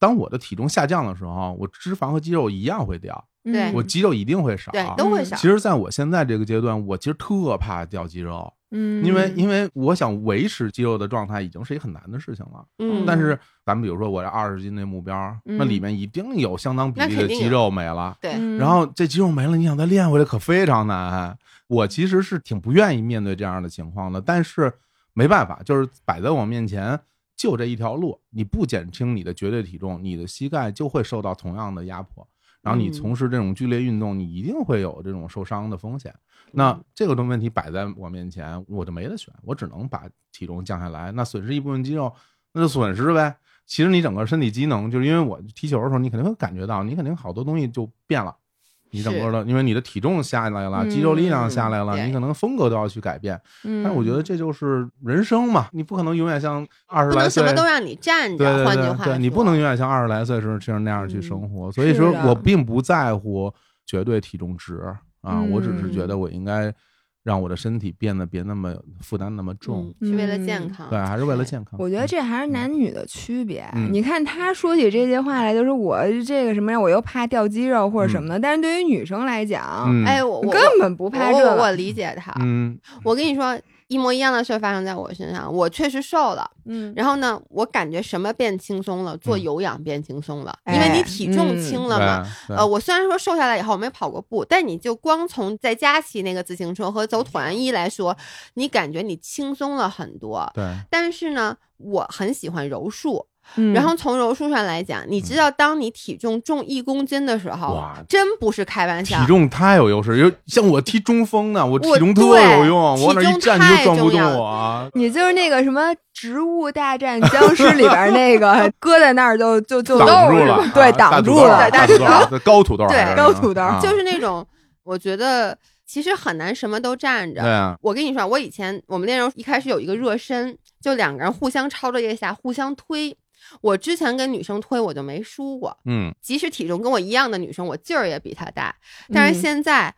当我的体重下降的时候，我脂肪和肌肉一样会掉，对我肌肉一定会少。嗯对，都会嗯少。其实，在我现在这个阶段，我其实特怕掉肌肉，嗯，因为因为我想维持肌肉的状态已经是一个很难的事情了。嗯，但是咱们比如说我这二十斤那目标，那嗯里面一定有相当比那例肯的定肌有肉没了。对，嗯然后这肌肉没了，你想再练回来可非常难。我其实是挺不愿意面对这样的情况的，但是没办法，就是摆在我面前就这一条路，你不减轻你的绝对体重，你的膝盖就会受到同样的压迫。然后你嗯从事这种剧烈运动，你一定会有这种受伤的风险。那这个东问题摆在我面前，我就没得选，我只能把体重降下来。那损失一部分肌肉，那就损失呗。其实你整个身体机能，就是因为我踢球的时候，你肯定会感觉到，你肯定好多东西就变了。你整个的，因为你的体重下来了，嗯肌肉力量下来对了，你可能风格都要去改变。嗯，但是我觉得这就是人生嘛，你不可能永远像二十不来能什岁，么对都让你站对着。换句嗯对话说，对，你不能永远像二十来岁时候这样那样去生活。所以是说的我并不在乎绝对体重值啊，嗯我只是觉得我应该让我的身体变得别那么负担那么重。嗯是为了嗯健康，对，还是为了健康。我觉得这还是男女的区别。啊嗯你看他说起这些话来，就是我这个什么呀，我又怕掉肌肉或者什么的。但是对于女生来讲，嗯，哎，我我根本不怕这我我个。我理解他，嗯我跟你说。一模一样的事儿发生在我身上，我确实瘦了，嗯，然后呢，我感觉什么变轻松了，做嗯有氧变轻松了，哎因为你体重嗯轻了嘛。对啊对呃，我虽然说瘦下来以后我没跑过步，但你就光从在家骑那个自行车和走团衣来说，你感觉你轻松了很多。对，但是呢，我很喜欢柔术，嗯然后从柔术上来讲，你知道，当你体重重一公斤的时候嗯哇，真不是开玩体笑。重太有优势，有像我踢中锋呢，我体我重特对有用，我往那体儿一重站你就太转不重动要了我啊。你就是那个什么《植物大战僵尸》里边那 [LAUGHS] 个搁在那儿就就就挡漏住是吧了，对，啊挡土住豆了，大土豆啊挡对高土豆还是，对高土豆啊就是那种，我觉得其实很难什么都站 [LAUGHS] 着对。啊，我跟你说，我以前我们那时候一开始有一个热身，就两个人互相抄着腋下互相推。我之前跟女生推我就没输过，嗯，即使体重跟我一样的女生，我劲儿也比她大。但是嗯现在，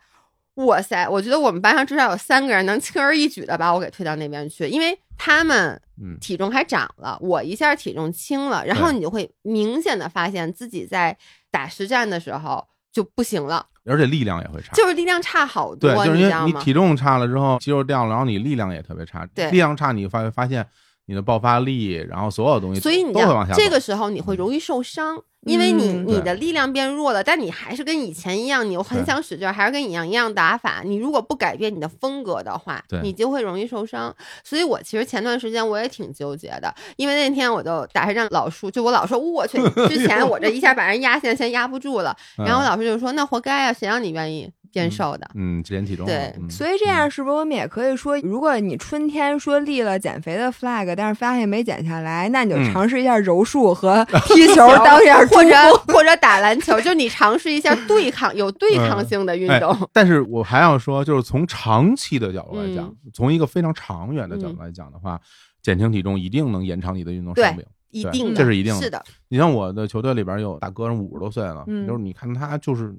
哇塞，我觉得我们班上至少有三个人能轻而易举的把我给推到那边去，因为他们嗯体重还涨了，我一下体重轻了，然后对你就会明显的发现自己在打实战的时候就不行了，而且力量也会差。就是力量差好啊对，多，就是你因知为道你吗？体重差了之后，肌肉掉了，然后你力量也特别差。对力量差，你发发现你的爆发力，然后所有东西，所以你都知会道往下走。这个时候你会容易受伤，因为你嗯你对的力量变弱了，但你还是跟以前一样，你又很对想使劲儿，还是跟你一样一样打法。你如果不改变你的风格的话对，你就会容易受伤。所以我其实前段时间我也挺纠结的，因为那天我就打一让老叔，就我老说，我去，之前我这一下把人压线先压不住 [LAUGHS] 了，嗯，然后我老师就说，那活该啊，谁让你愿意变瘦的？嗯，减体重了，对嗯所以这样是不是我们也可以说，如果你春天说立了减肥 [LAUGHS] 的 flag，但是发现没减下来，那你就嗯尝试一下柔术 [LAUGHS] 和踢球，当一下或中者锋。或者打篮球，就你尝试一下对抗有对抗性的运哎动。但是我还要说，就是从长期的角度来讲，嗯从一个非常长远的角嗯度来讲的话，减轻体重一定能延长你的运动寿命。一对定的，这是一定的是的，你像我的球队里边有大哥五十多岁了，嗯就是你看他就是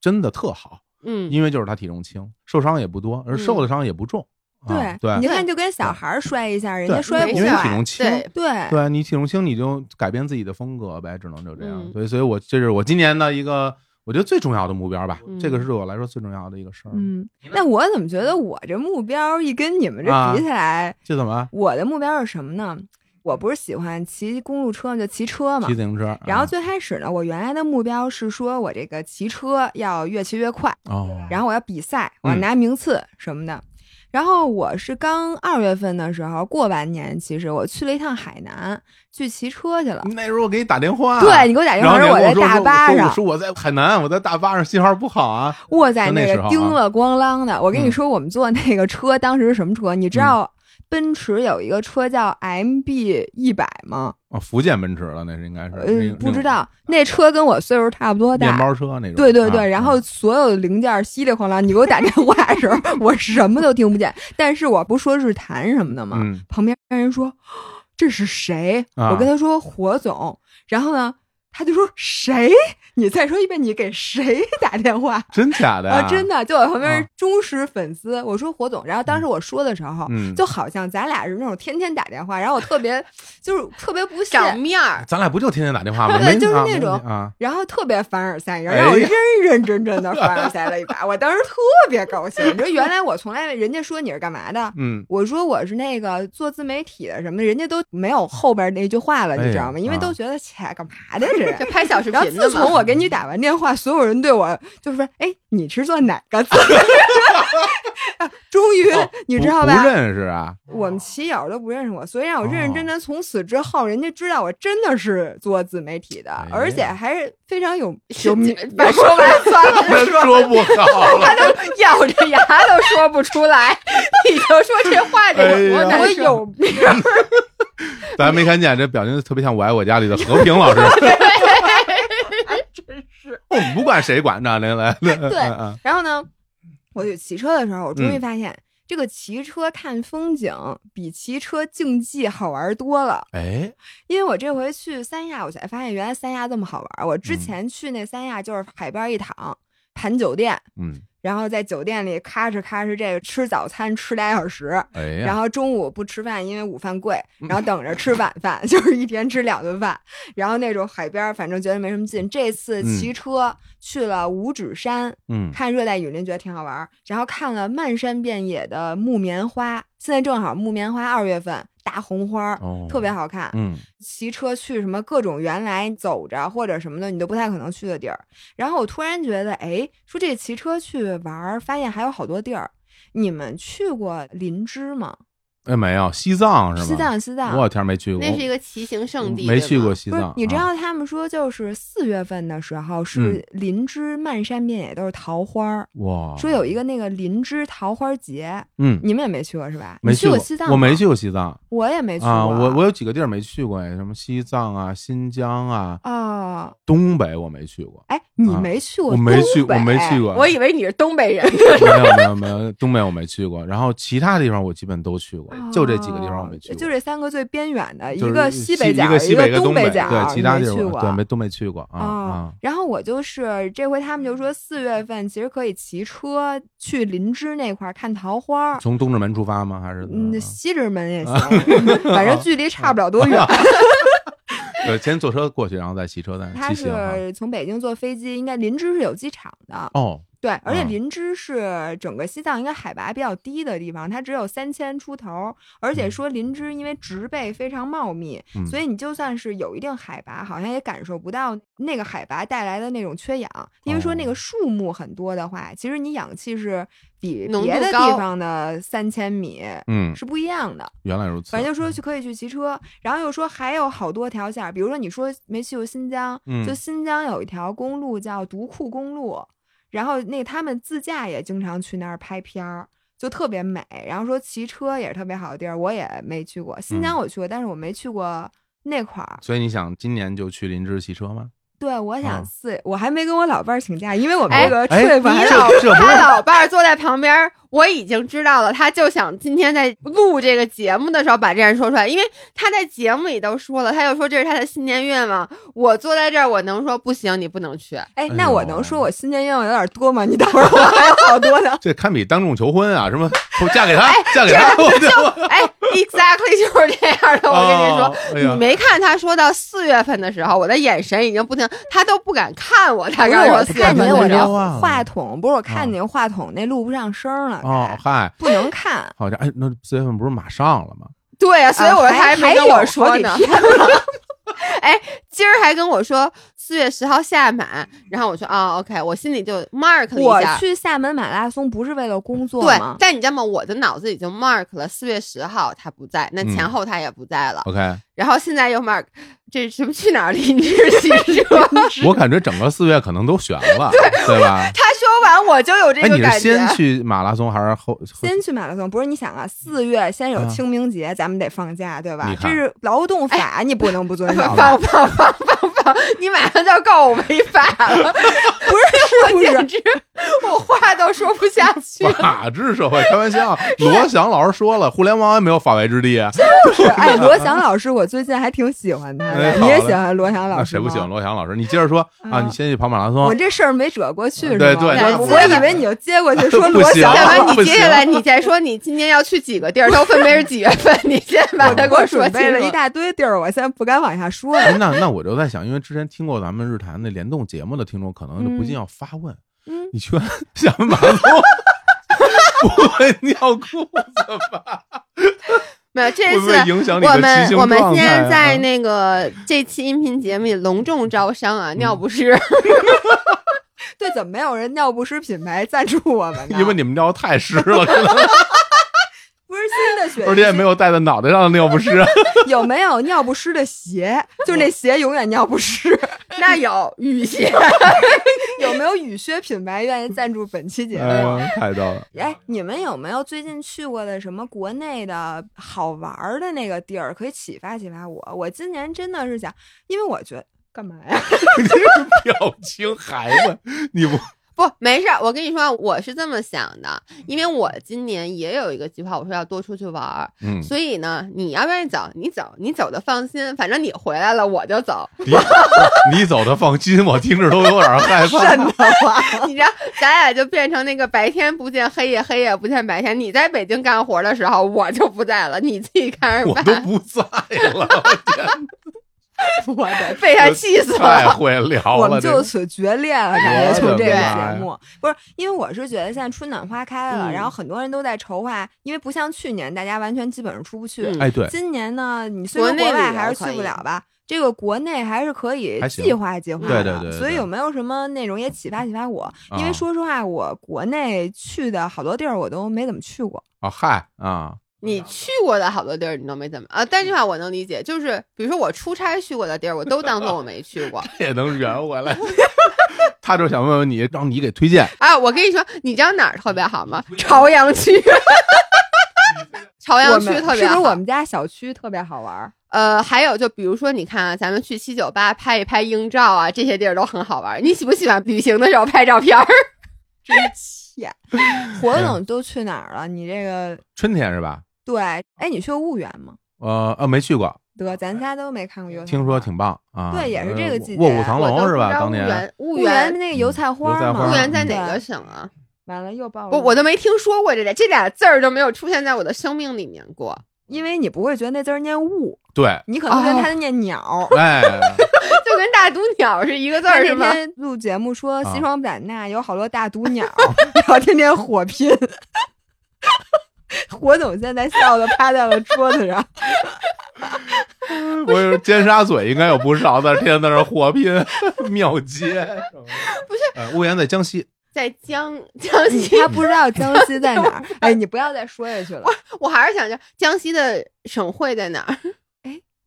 真的特好，嗯，因为就是他体重轻，受伤也不多，而受的伤也不重。啊、对嗯你看就跟小孩儿摔一下，人家对摔不因为体坏。重轻。对对，对你体重轻，你就改变自己的风格呗，只能就这样。嗯所以，所以我这是我今年的一个我觉得最重要的目标吧，嗯这个是对我来说最重要的一个事儿。嗯，那我怎么觉得我这目标一跟你们啊这比起来，这怎么？我的目标是什么呢？我不是喜欢骑公路车吗就骑车嘛骑。自行车，然后啊最开始呢，我原来的目标是说我这个骑车要越骑越快，哦，然后我要比赛，我要嗯拿名次什么的。然后我是刚二月份的时候，过完年，其实我去了一趟海南，去骑车去了。那时候我给你打电话，啊对你给我打电然后话你说还我在跟我说大巴上，说我在海南，我在大巴上信号不好啊。哇塞，就那那时候个啊叮了咣啷的。我跟你嗯说，我们坐那个车当时是什么车？你知道奔驰有一个车叫 MB 一百吗？哦，福建奔驰了，那是应该是，那呃个，不知，道，那车跟我岁数差不多那个面大。包车那种。对对啊对，然后嗯所有的零件稀里哐啷，你给我打电话的时候， [LAUGHS] 我什么都听不见。但是我不说日坛什么的吗？嗯旁边人说这是谁？啊我跟他说火总，然后呢，他就说谁？你再说一遍，你给谁打电话？真假的啊，呀？真的，就我旁边啊忠实粉丝，我说火总，然后当时我说的时候，嗯就好像咱俩是那种天天打电话，然后我特 [LAUGHS] 别就是特别不屑，长面儿，哎咱俩不就天天打电话吗？对没就是啊那没种啊，然后特别凡尔赛，然哎后让我呀认认真真的凡尔赛了一把，我当时特别高兴。你说原来我从来人家说你是干嘛的，嗯，我说我是那个做自媒体的什么，人家都没有后边那句话了，哎你呀知道吗？因为啊都觉得切干嘛的这人就。拍小视频然后的嘛。自从我给你打完电话，所有人对我就是说：“哎，你是做哪个字？” [LAUGHS] 啊终于哦你知道不不吧？认识 [LAUGHS] 哦啊？我们骑友都不认识我，所以让我认认真真。从此之后，人家知道我真的是做自媒体的，哎而且还是非常 [LAUGHS] 有是有 [LAUGHS] 名。把说完算 [LAUGHS] 了，说不好了，他都咬着牙都说不出 [LAUGHS] 来，你就说这话得哎有多我难受。有名，咱没看见这表情，特别像《我爱我家》里的和平老师。 [LAUGHS] 真是。哎我们不管谁管着，来来来，对对啊然后呢，我就骑车的时候，我终于嗯发现、这个骑车看风景比骑车竞技好玩多了。哎，因为我这回去三亚，我才发现原来三亚这么好玩儿。我之嗯前去那三亚就是海边一躺，盘酒店，嗯，然后在酒店里咔哧咔哧这个吃早餐吃俩小时，哎然呀，嗯后中午不吃饭，因为午饭贵，然后等着吃晚饭， [LAUGHS] 就是一天吃两顿饭。然后那种海边儿，反正觉得没什么劲。这次骑车去了五指山，嗯，看热带雨林，觉得挺好玩儿。然后看了漫山遍野的木棉花，现在正好木棉花二月份大红花儿，哦，特别，好看。嗯骑车去什么各种原来走着或者什么的，你都不太可能去的地儿。然后我突然觉得，哎，说这骑车去玩儿，发现还有好多地儿。你们去过林芝吗？哎，没有西藏是吗？西藏，西藏。我天，没去过，那是一个骑行圣地，嗯没对去吗过西不是藏。，你知啊嗯道他们说就是四月份的时候是林芝漫山遍野都是桃花儿，哇？说有一个那个林芝桃花节，嗯，你们也没去过是吧？没你去过西藏，我没，去过西藏我也没去过。啊。我我有几个地儿没去过，哎，什么西藏啊、新疆啊、哦，东北我没去过，哎，你啊没去过我东北？哦没去，我没去过，我以为你是东北人，没有没有没有，东北我没去过，然后其他地方我基本都去过，就这几个地方我没去哦过。就这三个最边远的，就是个西西北角，一个西北，一个东北角，对，其他你地没去儿过我对没都没去过啊哦啊，然后我就是这回他们就说四月份其实可以骑车去林芝那块儿看桃花儿，从东直门出发吗？还是嗯，西直门 [LAUGHS] 也行，反正距离差不了多远。对，先坐车过去，然后再骑车再他骑行啊。是从北京坐飞机，应该林芝是有机场的，哦，对，而且嗯林芝是整个西藏应该海拔比较低的地方，它只有三千出头，而且说林芝因为植被非常茂密，嗯所以你就算是有一定海拔，好像也感受不到那个海拔带来的那种缺氧，因为说那哦个树木很多的话，其实你氧气是比浓别度的地高方的三千米嗯，是不一样的。原来如此。反正就说去可以去骑车，然后又说还有好多条线儿，比如说你说没去过新疆，嗯就新疆有一条公路叫独库公路，然后那他们自驾也经常去那儿拍片儿，就特别美。然后说骑车也是特别好的地儿，我也没去过。新嗯疆我去过，但是我没去过那块儿。所以你想今年就去林芝骑车吗？对，我啊想四，我还没跟我老伴儿请假，因为我们哎这个哎 trip 还你是老这不是他老伴儿坐在旁边儿，我已经知道了，他就想今天在录这个节目的时候把这件事说出来，因为他在节目里都说了，他又说这是他的新年愿望。我坐在这儿，我能说不行，你不能去。哎，呦那我能说我新年愿望有点多吗？你等会儿我还有好多呢。这堪比当众求婚啊！什 [LAUGHS] 么嫁给他，嫁给他，我就 [LAUGHS] 哎，exactly 就是这样的，我跟你说。跟你没看他说到四月份的时候，我的眼神已经不停，他都不敢看啊我。他不是刚我说四月看份见的我时候，这话筒，不是我啊看见话筒那录不上声儿了，哦，嗨，不能 [LAUGHS] 看。好像哎，那四月份不是马上了吗？对呀、所以我说啊他还没还跟我有好说几呢。 [LAUGHS] 天哎， [LAUGHS] 今儿还跟我说四月十号下马，然后我说啊、o k 我心里就 mark 了我一下。去厦门马拉松不是为了工作对 [LAUGHS] 吗，？但你知道吗？我的脑子已经 mark 了四月十号他不在，那前嗯后他也不在了， OK， [LAUGHS] 然后现在又 mark 这是什么去哪 [LAUGHS] 儿林志骑 [LAUGHS] 车？我感觉整个四月可能都悬了，对吧？他说完我就有这哎，个你是感觉。先 [LAUGHS] 去马拉松还是后？先去马拉松，不是你想啊，四月先有清明节，咱们得放假，对吧你？这看是劳动法，你不能不遵守放吧。放放放放！你马上就要告我违法了，不 [LAUGHS] 是，是我 [LAUGHS] 不简是？直我话都说不下 [LAUGHS] 去了。法治社会，开玩笑。罗翔老师说了，互联网也没有法外之地啊。是哎，罗翔老师，我最近还挺喜欢他哎的。你也好嘞喜欢罗翔老那师谁吗？不喜欢罗翔老师？你接着说啊，啊你先去跑马拉我松。这事儿没折过去，是吗？对对我对我以为你就接过去说不罗行翔要老不师不 [LAUGHS] 然你接行下来你再说你今年要去几个地儿，都分别是几月份？你先把它给我说准备清了楚一。大堆地儿，我现在不敢往下说了。 [LAUGHS] 哎那那我就在想，因为之前听过咱们日坛那联动节目的听众，可能就不禁要发问：嗯，你去 [LAUGHS] 完厦门马拉 [LAUGHS] 松不会尿裤子吧？没有，这会不次会影响你我的们骑行我们状现态在啊在那个这期音频节目里隆重招商啊，尿嗯不湿。 [LAUGHS] 对，怎么没有人尿不湿品牌赞助我们呢？ [LAUGHS] 因为你们尿太湿了，可 [LAUGHS] 能不是新的雪，而且也没有戴在脑袋上的尿不湿。啊有没有尿不湿的鞋？就是那鞋永远尿不湿。 [LAUGHS] 那有雨鞋，有没有雨靴品牌愿意赞助本期节哎目？呀，太逗 [LAUGHS] 了。哎，你们有没有最近去过的什么国内的好玩儿的那个地儿，可以启发启发我？我今年真的是想，因为我觉得干嘛呀？ [LAUGHS] [LAUGHS] 你这个表情孩子，你不不，没事儿，我跟你说，我是这么想的，因为我今年也有一个计划，我说要多出去玩儿，嗯，所以呢，你要愿意走，你走，你走的放心，反正你回来了我就走，你 [LAUGHS] 你走的放心，我听着都有点害怕。真的吗？你知道，咱俩就变成那个白天不见黑夜，黑夜不见白天。你在北京干活的时候，我就不在了，你自己看着我办都。不在 [LAUGHS] 了，我的被他气死太了。会聊了。我们这个就此决裂了，感我觉的就这个妈节目不是，因为我是觉得现在春暖花开了，嗯然后很多人都在筹划，因为不像去年大家完全基本上出不去，嗯哎，对，今年呢，你虽然国内国外旅游还是可去不以了吧，这个国内还是可以还行计划计划的。对对对对所以对有没有什么内容也启发启发我？因为啊说实话，我国内去的好多地儿我都没怎么去过。啊嗨啊，你去过的好多地儿，你都没怎么啊？但这话我能理解，就是比如说我出差去过的地儿，我都当做我没去过。 [LAUGHS] 也能圆回来。 [LAUGHS] 他就想问问你，让你给推荐。哎，我跟你说，你知道哪儿特别好吗？朝阳区，朝我阳区们特别好。是不是我们家小区特别好玩儿？呃，还有就比如说，你看啊，咱们去七九八拍一拍鹰照啊，这些地儿都很好玩。你喜不喜欢旅行的时候拍照片儿？真 [LAUGHS] 欠。火哎冷都去哪儿了？你这个春天是吧？对，哎，你去过婺源吗？呃呃，没去过，得，咱仨都没看过油菜花。听说挺棒啊。对也是这个呃季节卧虎藏龙是吧？当我都不知道年婺婺源，源那个嗯油菜花油菜儿嘛。花婺儿嗯源，婺源在对哪个省啊？完了又爆不，了我都没听说过这俩，这俩字儿都没有出现在我的生命里面过。 [LAUGHS] 因为你不会觉得那字儿念雾，对，你可能觉得哦它念鸟。哎，就跟大毒鸟是一个字他儿，那是吗？天录节目说啊西双版纳有好多大 [LAUGHS] 毒鸟，然后天天火拼。火总现在笑的趴在了桌子上，我有尖沙咀应该有不少的，天天在那儿火拼庙街。不是，呃，婺源在江西，在 [LAUGHS] 江江你西，他不知道江西在哪 [LAUGHS] 儿。哎，你不要再说下去了。我还是想着江西的省会在哪儿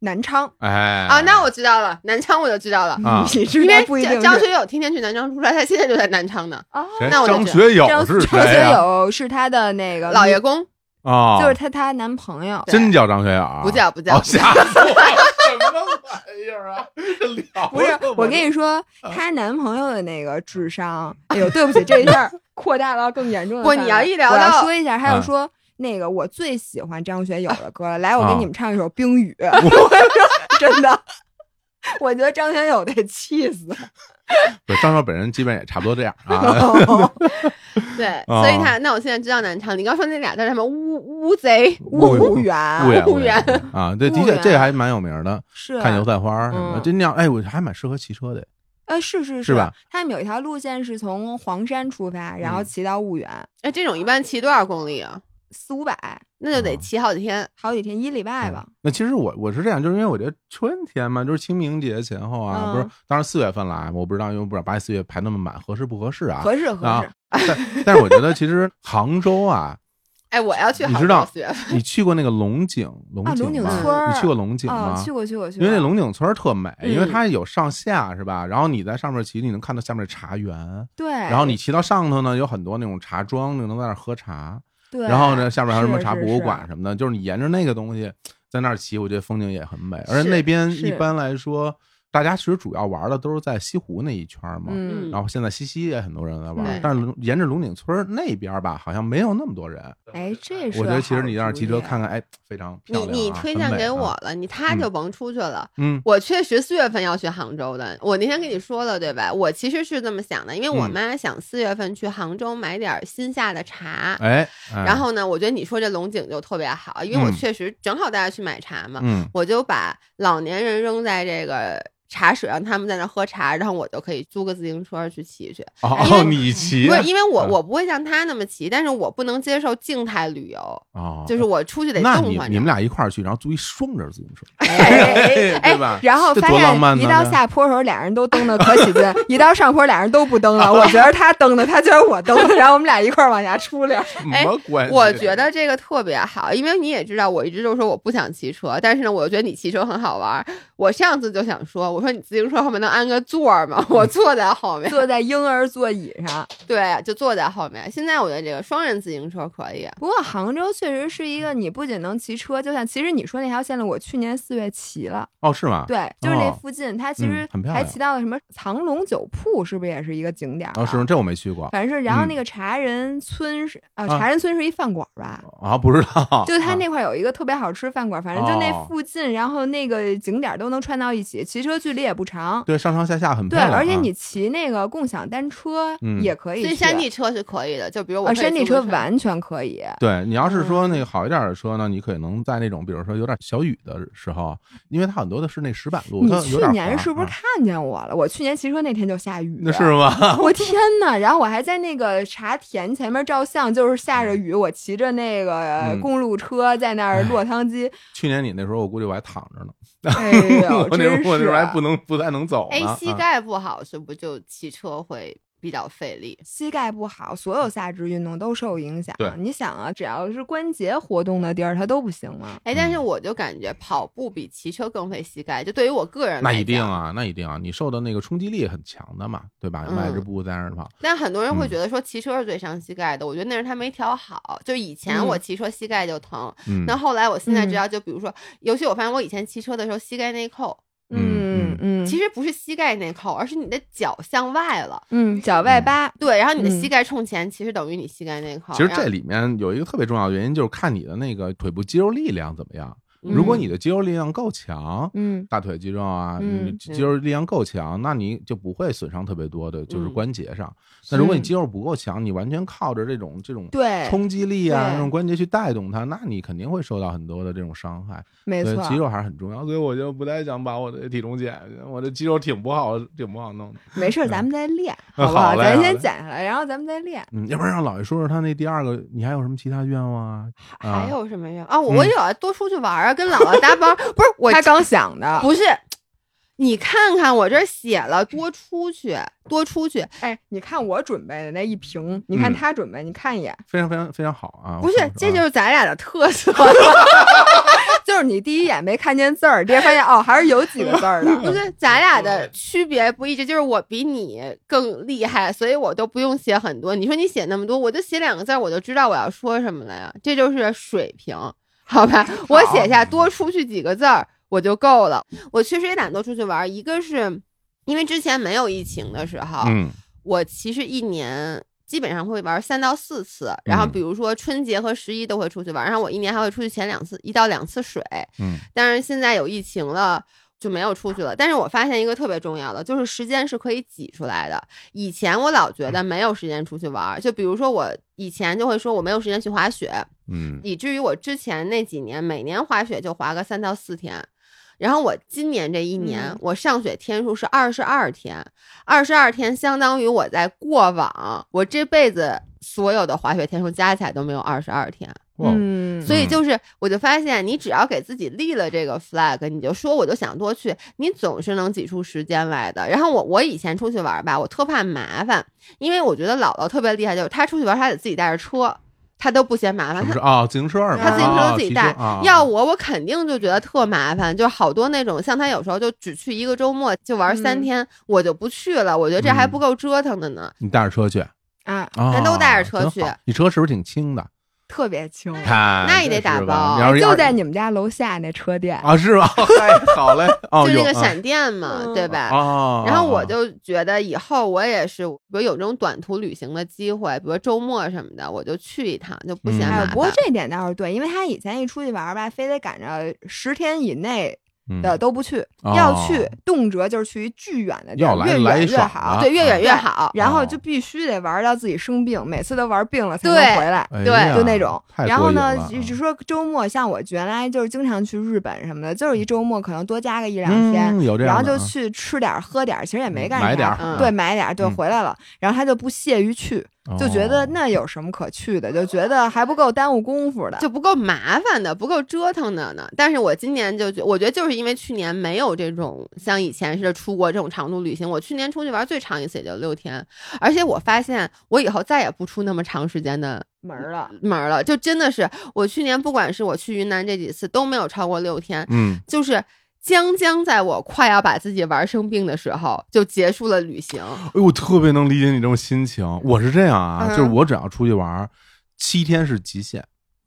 南昌，哎啊？那我知道了，南昌我就知道了，啊你知因道为不一定江是张学友天天去南昌出差，他现在就在南昌呢。哦谁那我就张知学友张是张谁啊学呀？友是她的那个老爷，公啊，就是她她男朋友。对真叫张学友？不叫不叫 [LAUGHS] 哦吓死我！了！ [LAUGHS] 什么玩意儿啊？这聊不是 [LAUGHS] 的，我跟你说，啊她男朋友的那个智商，哎呦，对不起，这一 [LAUGHS] 下扩大到更严重的不范围。你要一聊我要到说一下，还有嗯说那个我最喜欢张学友的歌了，来，我给啊你们唱一首《冰雨》， [LAUGHS] [LAUGHS] 真的，我觉得张学友得气 [LAUGHS] 死。对，张少本人基本也差不多这样 [LAUGHS] 啊。乌对，哦所以他那我现在知道南昌。你刚说那俩字儿什么乌乌贼？乌婺园源，婺婺源啊，对，的婺确源这还蛮有名的，是看油菜花儿什么的，嗯真那样，哎，我还蛮适合骑车的，呃，是是是吧？他们有一条路线是从黄山出发，然后嗯骑到婺源，哎，这种一般骑多少公里啊？四五百，那就得哦骑好几天。好几天，一礼拜嗯吧。那其实我我是这样，就是因为我觉得春天嘛，就是清明节前后啊，嗯不是，当然四月份来，我不知道，因为不知道八四月排那么满合适不合适啊。合适合啊适，但是我觉得其实杭州啊，哎，我要去你杭知州道四月份。你去过那个龙井龙啊龙井井吗村儿你去过龙井吗？哦，去过去过去过，因为那龙井村儿特美，因为嗯它有上下是吧？然后你在上面骑，你能看到下面的茶园，对，然后你骑到上头呢，有很多那种茶庄，你能在那儿喝茶。对，然后呢，下面还有什么是茶是博物是馆什么的，就是你沿着那个东西在那儿骑，我觉得风景也很美。而是且那边是一般来说，大家其实主要玩的都是在西湖那一圈儿嘛。嗯，然后现在西溪也很多人在玩对，但是龙沿着龙井村儿那边儿吧，好像没有那么多人。哎，这是我觉得其实你在那儿让骑车看看， [LAUGHS] 哎，非常漂你亮啊、你推很荐美给我啊，了，你他就甭出去了。嗯我确实四月份要去杭州的，我那天跟你说了对吧？我其实是这么想的，因为我嗯妈想四月份去杭州买点儿新下的茶。哎，哎然后呢，我觉得你说这龙井就特别好，因为我嗯确实正好带她去买茶嘛，嗯，我就把老年人扔在这个茶水，让他们在那儿喝茶，然后我就可以租个自行车去骑去。哦因为哦，你骑哎不是，因为我啊我不会像他那么骑，但是我不能接受静态旅游，哦，就是我出去得那动你换你着们。俩一块儿去，然后租一双人自行车， [LAUGHS] [LAUGHS] 哎对吧？然后这发多浪漫现呢一到这下坡的时候，俩人都蹬的可起劲，一到上坡，俩人都不蹬了。我觉得他蹬的，他觉得我蹬的，然后我们俩一块儿往下出溜。什哎么啊关系？我觉得这个特别好，因为你也知道，我一直都说我不想骑车，但是呢，我又觉得你骑车很好玩儿，我上次就想说，我说你自行车后面能安个座儿吗？ [LAUGHS] 我坐在后面，坐在婴儿座椅上。对，就坐在后面。现在我觉得这个双人自行车可以，不过杭州确实是一个你不仅能骑车，就像其实你说那条线路，我去年四月骑了，哦，是吗？对，就是那哦附近，它其实嗯很漂还亮骑到了什么藏龙酒铺，是不是也是一个景点儿啊？哦，是吗？这我没去过反正是，然后嗯那个茶人村是啊，啊茶人村是一饭馆吧？啊，不知道。 [LAUGHS] 就它啊那块儿有一个特别好吃的饭馆，反正就那哦附近，然后那个景点儿都能串到一起，骑车距离也不长。对上上下下很漂对，亮啊。而且你骑那个共享单车嗯也可以所去，以山地车是可以的。就比如我啊，可以山地租个车完全可以。对你要是说嗯那个好一点的车呢，你可能在那种比如说有点小雨的时候，因为它很多的是那石板路，你它有去点年滑是不是啊啊看见我了？我去年骑车那天就下雨，那是吗？ [LAUGHS] 我天呐，然后我还在那个茶田前面照相，就是下着雨，我骑着那个嗯哎公路车在那儿落汤 [LAUGHS] 鸡。去年你那时候我估计我还躺着呢，哎呦， [LAUGHS] 我那真我那时候还不是啊能不太能走呢。哎，膝啊盖不好是不是就骑车会比较费力？膝盖不好，所有下肢运动都受影响嗯对。你想啊，只要是关节活动的地儿，它都不行吗？哎，但嗯是我就感觉跑步比骑车更费膝盖，就对于我个人那来一定讲。啊，那一定啊，你受的那个冲击力很强的嘛，对吧？迈着嗯步在那儿跑，但很多人会嗯觉得说骑车是最伤膝盖的，我觉得那是他没调好。就以前嗯我骑车膝盖就疼，嗯，那后来我现在知嗯道，就比如说，尤其我发现我以前骑车的时候膝盖内扣，嗯嗯嗯，其实实不是膝盖内扣，而是你的脚向外了。嗯，脚外八，对，然后你的嗯膝盖冲前，其实等于你膝盖内扣。其实然后这里面有一个特别重要的原因，就是看你的那个腿部肌肉力量怎么样。如果嗯你的肌肉力量够强，嗯大腿肌肉啊，嗯你嗯肌肉力量够强，那你就不会损伤特别多的，就是嗯关节上。那如果你嗯肌肉不够强，你完全靠着这种这种对，冲击力啊，对这种关节去带动它，那你肯定会受到很多的这种伤害。没所以错，肌肉还是很重要，所以我就不太想把我的体重减下去，我这肌肉挺不好，挺不好弄的。没事儿，咱们再 [LAUGHS] 练，嗯好不好嘞咱好先嘞减下来，然后咱们再练。嗯，要不然让老爷说说他那第二个，你还有什么其他愿望啊？啊还有什么呀？啊，我嗯我也要多出去玩啊，跟姥姥搭帮。不是我他刚想的，不是，你看看我这儿写了，多出去，多出哦去。哎，你看我准备的那一瓶，你看嗯他准备，你看一眼， [LAUGHS] 非常非常非常好啊！不是我，这想说就是咱俩的特色。就是你第一眼没看见字儿，第二发现哦，还是有几个字儿的。不嗯是，咱俩的区别不一致，就是我比你更厉害，所以我都不用写很多。你说你写那么多，我就写两个字儿，我就知道我要说什么了呀。这就是水平，好吧？我写下多出去几个字儿我就够了。我确实也懒得出去玩儿，一个是因为之前没有疫情的时候，嗯我其实一年基本上会玩三到四次，然后嗯比如说春节和十一都会出去玩，然后我一年还会出去潜两次，一到两次水。嗯但是现在有疫情了。就没有出去了，但是我发现一个特别重要的，就是时间是可以挤出来的。以前我老觉得没有时间出去玩儿，就比如说我以前就会说我没有时间去滑雪，嗯以至于我之前那几年每年滑雪就滑个三到四天。然后我今年这一年，嗯我上雪天数是二十二天，二十二天相当于我在过往我这辈子所有的滑雪天数加起来都没有二十二天。哇嗯，所以就是，我就发现，你只要给自己立了这个 flag，你就说我就想多去，你总是能挤出时间来的。然后我我以前出去玩吧，我特怕麻烦，因为我觉得姥姥特别厉害，就是她出去玩，她得自己带着车，她都不嫌麻烦什么，她是啊？自行车是吧？他自行车啊都自己骑带。啊、要我，我肯定就觉得特麻烦，就好多那种像他有时候就只去一个周末就玩三嗯天，我就不去了。我觉得这还不嗯够折腾的呢，你带着车去啊，啊，咱都带着车真去好你车是不是挺轻的？特别轻， [LAUGHS] 看那也得这是打吧包你要是就要在你们家楼下那车店。啊，是 [LAUGHS] 吧？嗨好嘞，哦，就那有个啊闪电嘛，嗯对吧？哦，然后我就觉得以后我也是，比如有这种短途旅行的机会，比如周末什么的，我就去一趟，就不嗯嫌哎麻呦，烦。不过这点倒是对，因为他以前一出去玩吧，非得赶着十天以内的都不去，嗯要哦去动�辄就是去一巨远的地要儿，来越来远一越爽好。啊对越远越对好。然后哦就必须得玩到自己生病，每次都玩病了才能对回来。哎对呀就那种。太然过后瘾呢了，就就嗯说周末，像我原来就是经常去日本什么的，就是一周末可能多加个一两天，嗯嗯有这然样后的就啊去吃点儿喝点儿，其实也没干啥，买点儿嗯对，买点儿，对，嗯回来了，然后他就不屑于去，就觉得哦那有什么可去的，就觉得还不够耽误功夫的，就不够麻烦的，不够折腾的呢。但是我今年就觉，我觉得就是因为去年没有这种像以前似的出国这种长途旅行。我去年出去玩最长一次也就六天，而且我发现我以后再也不出那么长时间的门儿了。门儿了。就真的是，我去年不管是我去云南这几次都没有超过六天，嗯就是将将在我快要把自己玩生病的时候，就结束了旅行。哎呦，我特别能理解你这种心情。我是这样啊，嗯就是我只要出去玩儿，七天是极限，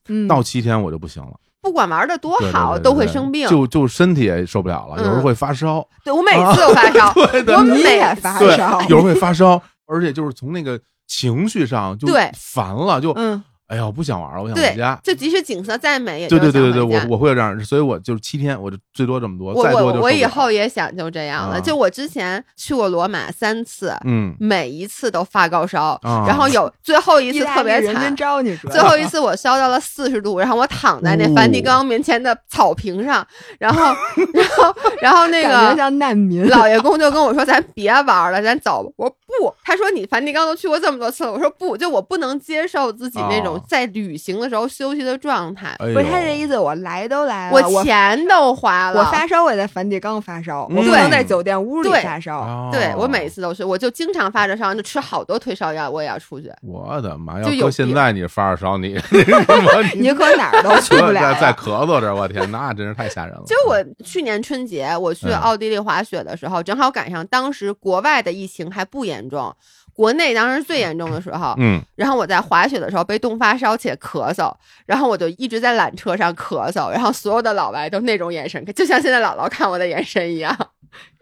嗯，到七天我就不行了，不管玩的多对对好，对对都会对生病。就啊就身体也受不了了，有时候嗯啊会发烧，对我每次都发 [LAUGHS] 烧，对我你每也发对烧，，有时候会发烧，而且就是从那个情绪上就对烦了，就嗯，哎呀，我不想玩了，我想对回家，。就即使景色再美，也对对是对对对，想回家我我会这样，所以我就是七天，我就最多这么多，我再多就我我受不以了后也想就这样了。啊就我之前去过罗马三次，嗯每一次都发高烧，啊然后 [LAUGHS] 有最后一意次大特别利人惨真。招你主要最后一次我烧到了四十度，然后我躺在那梵蒂哦冈面前的草坪上，然后， [LAUGHS] 然后，然后那感觉个像难 [LAUGHS] 民，老爷公就跟我说：“咱别玩了，咱走吧。”我说不，他说：“你梵蒂冈都去过这么多次了。”我说：“不，就我不能接受自己那种哦在旅行的时候休息的状态。哎呦不是他这意思，我来都来了，我我钱都花了，我发烧，我也在梵蒂冈发烧，我不嗯能在酒店屋里对发烧。哦对我每次都是，我就经常发着烧，就吃好多退烧药，我也要出去。我的妈！就要有搁现病在你发着烧， [LAUGHS] 你你他妈你可哪儿都去不了 [LAUGHS] 在在了，咳嗽着，我天，那真是太吓人了。就我去年春节我去嗯奥地利滑雪的时候，正好赶上当时国外的疫情还不严重，国内当时最严重的时候。嗯，然后我在滑雪的时候被冻发烧且咳嗽，然后我就一直在缆车上咳嗽，然后所有的老外都那种眼神，就像现在姥姥看我的眼神一样。 [LAUGHS]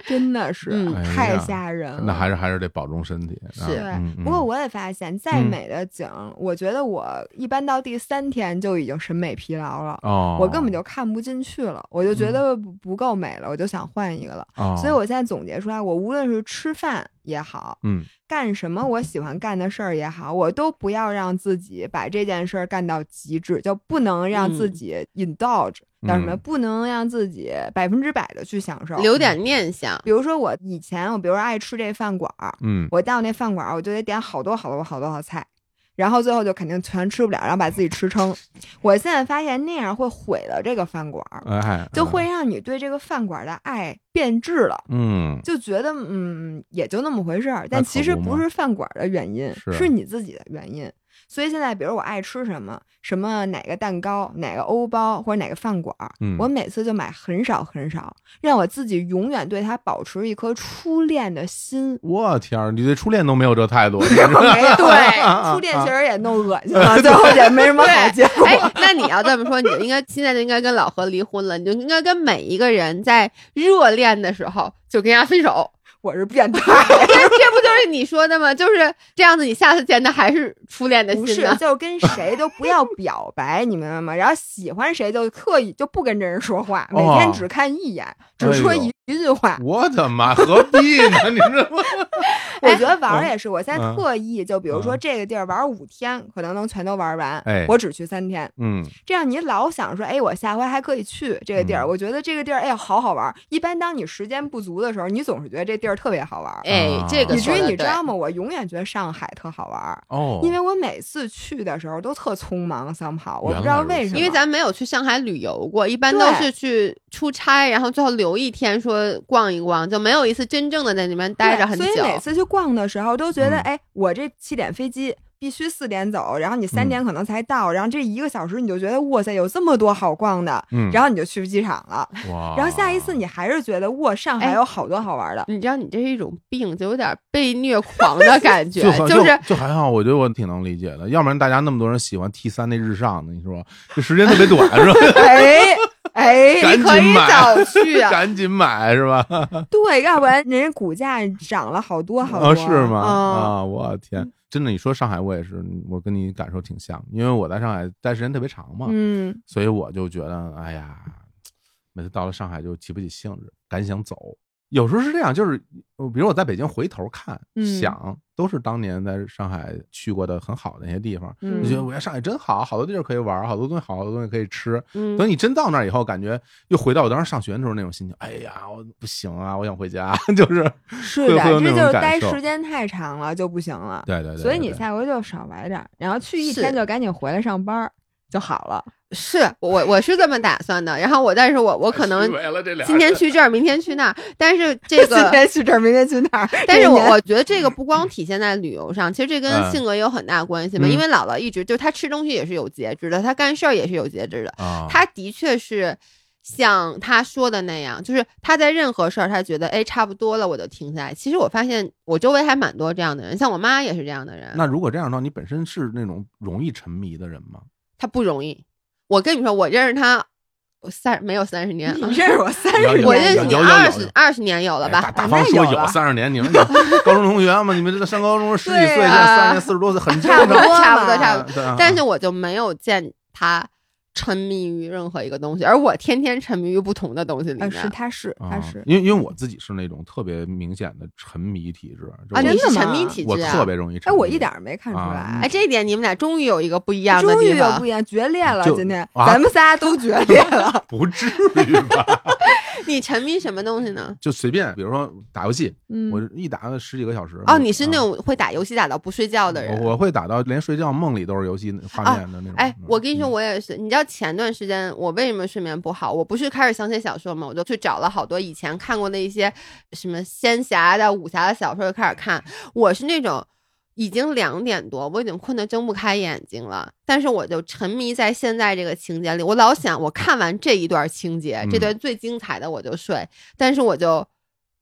真的是嗯哎呀太吓人了。那还是还是得保重身体。啊是对嗯，嗯不过我也发现，再嗯美的景，我觉得我一般到第三天就已经审美疲劳了，哦，嗯我根本就看不进去了，我就觉得不不够美了，我就想换一个了。哦，所以我现在总结出来，我无论是吃饭也好，嗯干什么我喜欢干的事儿也好，我都不要让自己把这件事儿干到极致，就不能让自嗯己 indulge 叫什么，嗯不能让自己百分之百的去享受。 [LAUGHS] 嗯留点念 [LAUGHS] 想，比如说我以前，我比如说爱吃这饭馆儿，嗯，我到那饭馆儿我就得点好多好多好多道菜，然后最后就肯定全吃不了，然后把自己吃撑。我现在发现那样会毁了这个饭馆儿，哎，就会让你对这个饭馆儿的爱变质了。嗯，就觉得嗯也就那么回事儿，那但可其实不不嘛是饭馆儿的原因，是是你自己的原因。所以现在，比如我爱吃什么，什么哪个蛋糕、哪个欧包或者哪个饭馆儿，嗯。我每次就买很少很少，让我自己永远对它保持一颗初恋的心我天儿，你对初恋都没有这态度， [LAUGHS] [LAUGHS] 没有，对初恋确实也弄恶心 [LAUGHS] 了，最后也没什么好结果。哎，那你要这么说，你就应该现在就应该跟老何离婚了，你就应该跟每一个人在热恋的时候就跟人家分 [LAUGHS] 手。哎我是变 [LAUGHS] 态，这这不就是你说的吗？就是这样子，你下次见他还是初恋的不心是啊呢，？就是跟谁都不要表白，你明白吗？然后喜欢谁就刻意就不跟这人说话，每哦天只看一眼，只说哎呦一一句话。我的妈，何必呢？你这 [LAUGHS] 不我觉得玩儿也是，我现在嗯特意就比如说嗯这个地儿玩儿五天，可能能全都玩儿完哎，我只去三天。嗯这样你老想说，哎，我下回还可以去这个地儿，嗯我觉得这个地儿哎呀好好玩儿。一般当你时间不足的时候，你总是觉得这地儿特别好玩儿。哎，这个以你至说于的你知对。道吗？我永远觉得上海特好玩儿，哦，因为我每次去的时候都特匆忙，somehow，我不知原来道如为此什么，因为咱没有去上海旅游过，一般都对是去出差，然后最后留一天说逛一逛，就没有一次真正的在那边待对着很久。所以每次去逛的时候都觉得，嗯哎，我这七点飞机必须四点走，然后你三嗯点可能才到，然后这一个小时你就觉得哇塞，有这么多好逛的，嗯，哦然后你就去机场了。后哇，然后下一次你还是觉得哇，上海哎有好多好玩 [LAUGHS] 的。你知道，你这是一种病，就有点被虐狂的 [LAUGHS] 感觉就，好就就是就还好，我觉得我挺能理解的，要不然大家那么多人喜欢 T 三那日上的，你说这时间特别短是吧？ [LAUGHS] 哎哎，赶你可紧以买 [LAUGHS] 早去啊。赶紧买是吧？对，要不然人家股价涨了好多啊好多，啊，是吗？啊，啊，我天！真的，你说上海，我也是，我跟你感受挺像，因为我在上海待时间特别长嘛，嗯，所以我就觉得，哎呀，每次到了上海就提不起兴致，赶想走。有时候是这样，就是呃比如我在北京回头看、嗯想，都是当年在上海去过的很好的那些地方，嗯你觉得我要上海真好，好多地儿可以玩，好多东西好，好多东西可以吃，嗯等你真到那儿以后，感觉又回到我当时上学的时候那种心情。哎呀，我不行啊，我想回家， [LAUGHS] 就是是会的，会有这那种就是感待受时间太长了就不行了。对对对。所以对你对下回就少玩点儿，然后去一是天就赶紧回来上班儿就好了。是我我是这么打算的，然后我但是我我可 [LAUGHS] 能虚伪了这俩今天去这儿，明天去那儿，但是这今个。天去 [LAUGHS] 这儿，明天去 [LAUGHS] 那儿。但是我明天嗯我觉得这个不光体现在旅游上，其实这跟嗯性格也有很大关系嘛。嗯因为姥姥一直就她吃东西也是有节制的，她干事儿也是有节制的。啊，她的确是像他说的那样，就是他在任何事儿，他觉得哎差不多了，我就停下来。其实我发现我周围还蛮多这样的人，像我妈也是这样的人，那如果这样的话，你本身是那种容易沉迷的人吗？她不容易。我跟你说，我认识她，我三没有三十年， [LAUGHS] 你认识我三十有年，有我认识有你有有二十二十年有了哎吧？大大那方说有了三十年，你们 [LAUGHS] 高中同学嘛，你们这上高中十几岁，对现啊在三十年、四十多岁，很正差不常多，。差不嘛多，差不多。对啊但是我就没有见他沉迷于任何一个东西，而我天天沉迷于不同的东西里呃，面。是他是他啊是，因为因为我自己是那种特别明显的沉迷体质，就啊，真你的我是沉吗迷体我质特啊！别容易哎，沉迷。我一点儿没看出啊来哎，。这一点你们俩终于有一个不一样的啊终地于有方不。一样，决裂了！就今天、啊，咱们仨都决裂了 [LAUGHS] 不至于 [LAUGHS] 吧？你沉迷什么东西呢？就随便，比如说打游戏，嗯，我一打十几个小时。哦，你是那啊种会打游戏打到不睡觉的人。我我会打到连睡觉梦里都是游戏画面的那种。哎，我跟你说，嗯，我也是。你知道前段时间我为什么睡眠不好？我不是开始想写小说嘛，我就去找了好多以前看过的一些什么仙侠的、武侠的小说，就开始看。我是那种已经两点多，我已经困得睁不开眼睛了，但是我就沉迷在现在这个情节里。我老想，我看完这一段情节，这嗯段最精彩的我就睡，但是我就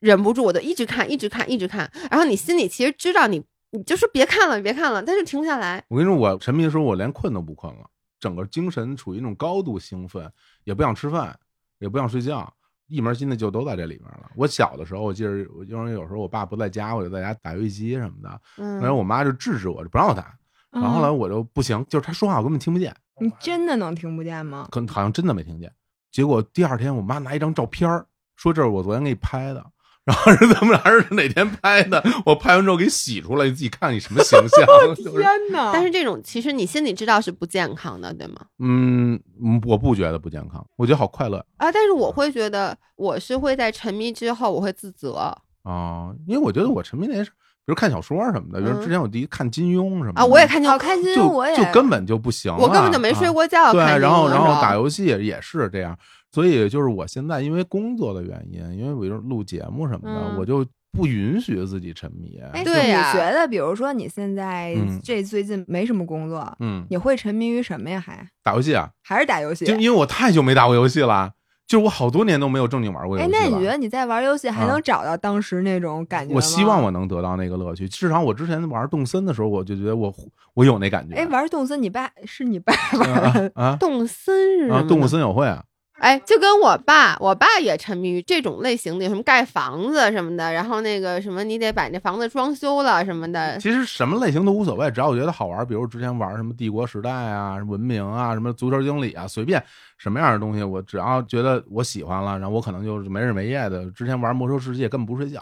忍不住，我就一直看，一直看，一直看。然后你心里其实知道你。你就是别看了，别看了，但是停不下来。我跟你说，我沉迷的时候，我连困都不困了，整个精神处于一种高度兴奋，也不想吃饭，也不想睡觉，一门心思就都在这里面了。我小的时候，我记得，我因为有时候我爸不在家，我就在家打游戏机什么的，嗯，然后我妈就制止我，就不让我打。然后后来嗯我就不行，就是她说话我根本听不见，你真的能听不见吗？可能好像真的没听见。结果第二天，我妈拿一张照片儿说这是我昨天给你拍的，然后是咱们俩是哪天拍的？我拍完之后给洗出来，你自己看你什么形 [LAUGHS] 象。就是天哪！但是这种其实你心里知道是不健康的，对吗？嗯，嗯我不觉得不健康，我觉得好快乐啊，但是我会觉得我是会在沉迷之后我会自责啊、因为我觉得我沉迷那些事，比如看小说什么的，比如嗯之前我第一看金庸什么的啊，我也看见哦好开心，就我也就根本就不行了，我根本就没睡啊过觉，对，看见然后我的然时后候打游戏也是这样，所以就是我现在因为工作的原因，因为我就是录节目什么的，嗯我就不允许自己沉迷。哎对呀你觉得，比如说你现在嗯这最近没什么工作，嗯，你会沉迷于什么呀？还打游戏啊，还是打游戏？就因为我太久没打过游戏了，就是我好多年都没有正经玩过游哎，戏了。啊那你觉得你在玩游戏还能找到当时那种感觉吗？我希望我能得到那个乐趣，至少我之前玩动森的时候，我就觉得我我有那感觉。哎，玩动森，你爸是你爸玩 [LAUGHS] 啊的，啊动森是什啊！么动物呢森友会啊，哎，就跟我爸，我爸也沉迷于这种类型的，有什么盖房子什么的，然后那个什么，你得把这房子装修了什 [LAUGHS] 么的。其实什么类型都无所谓，只要我觉得好玩。比如之前玩什么帝国时代啊、什么文明啊、什么足球经理啊，随便什么样的东西，我只要觉得我喜欢了，然后我可能就是没日没夜的。之前玩魔兽世界根本不睡觉，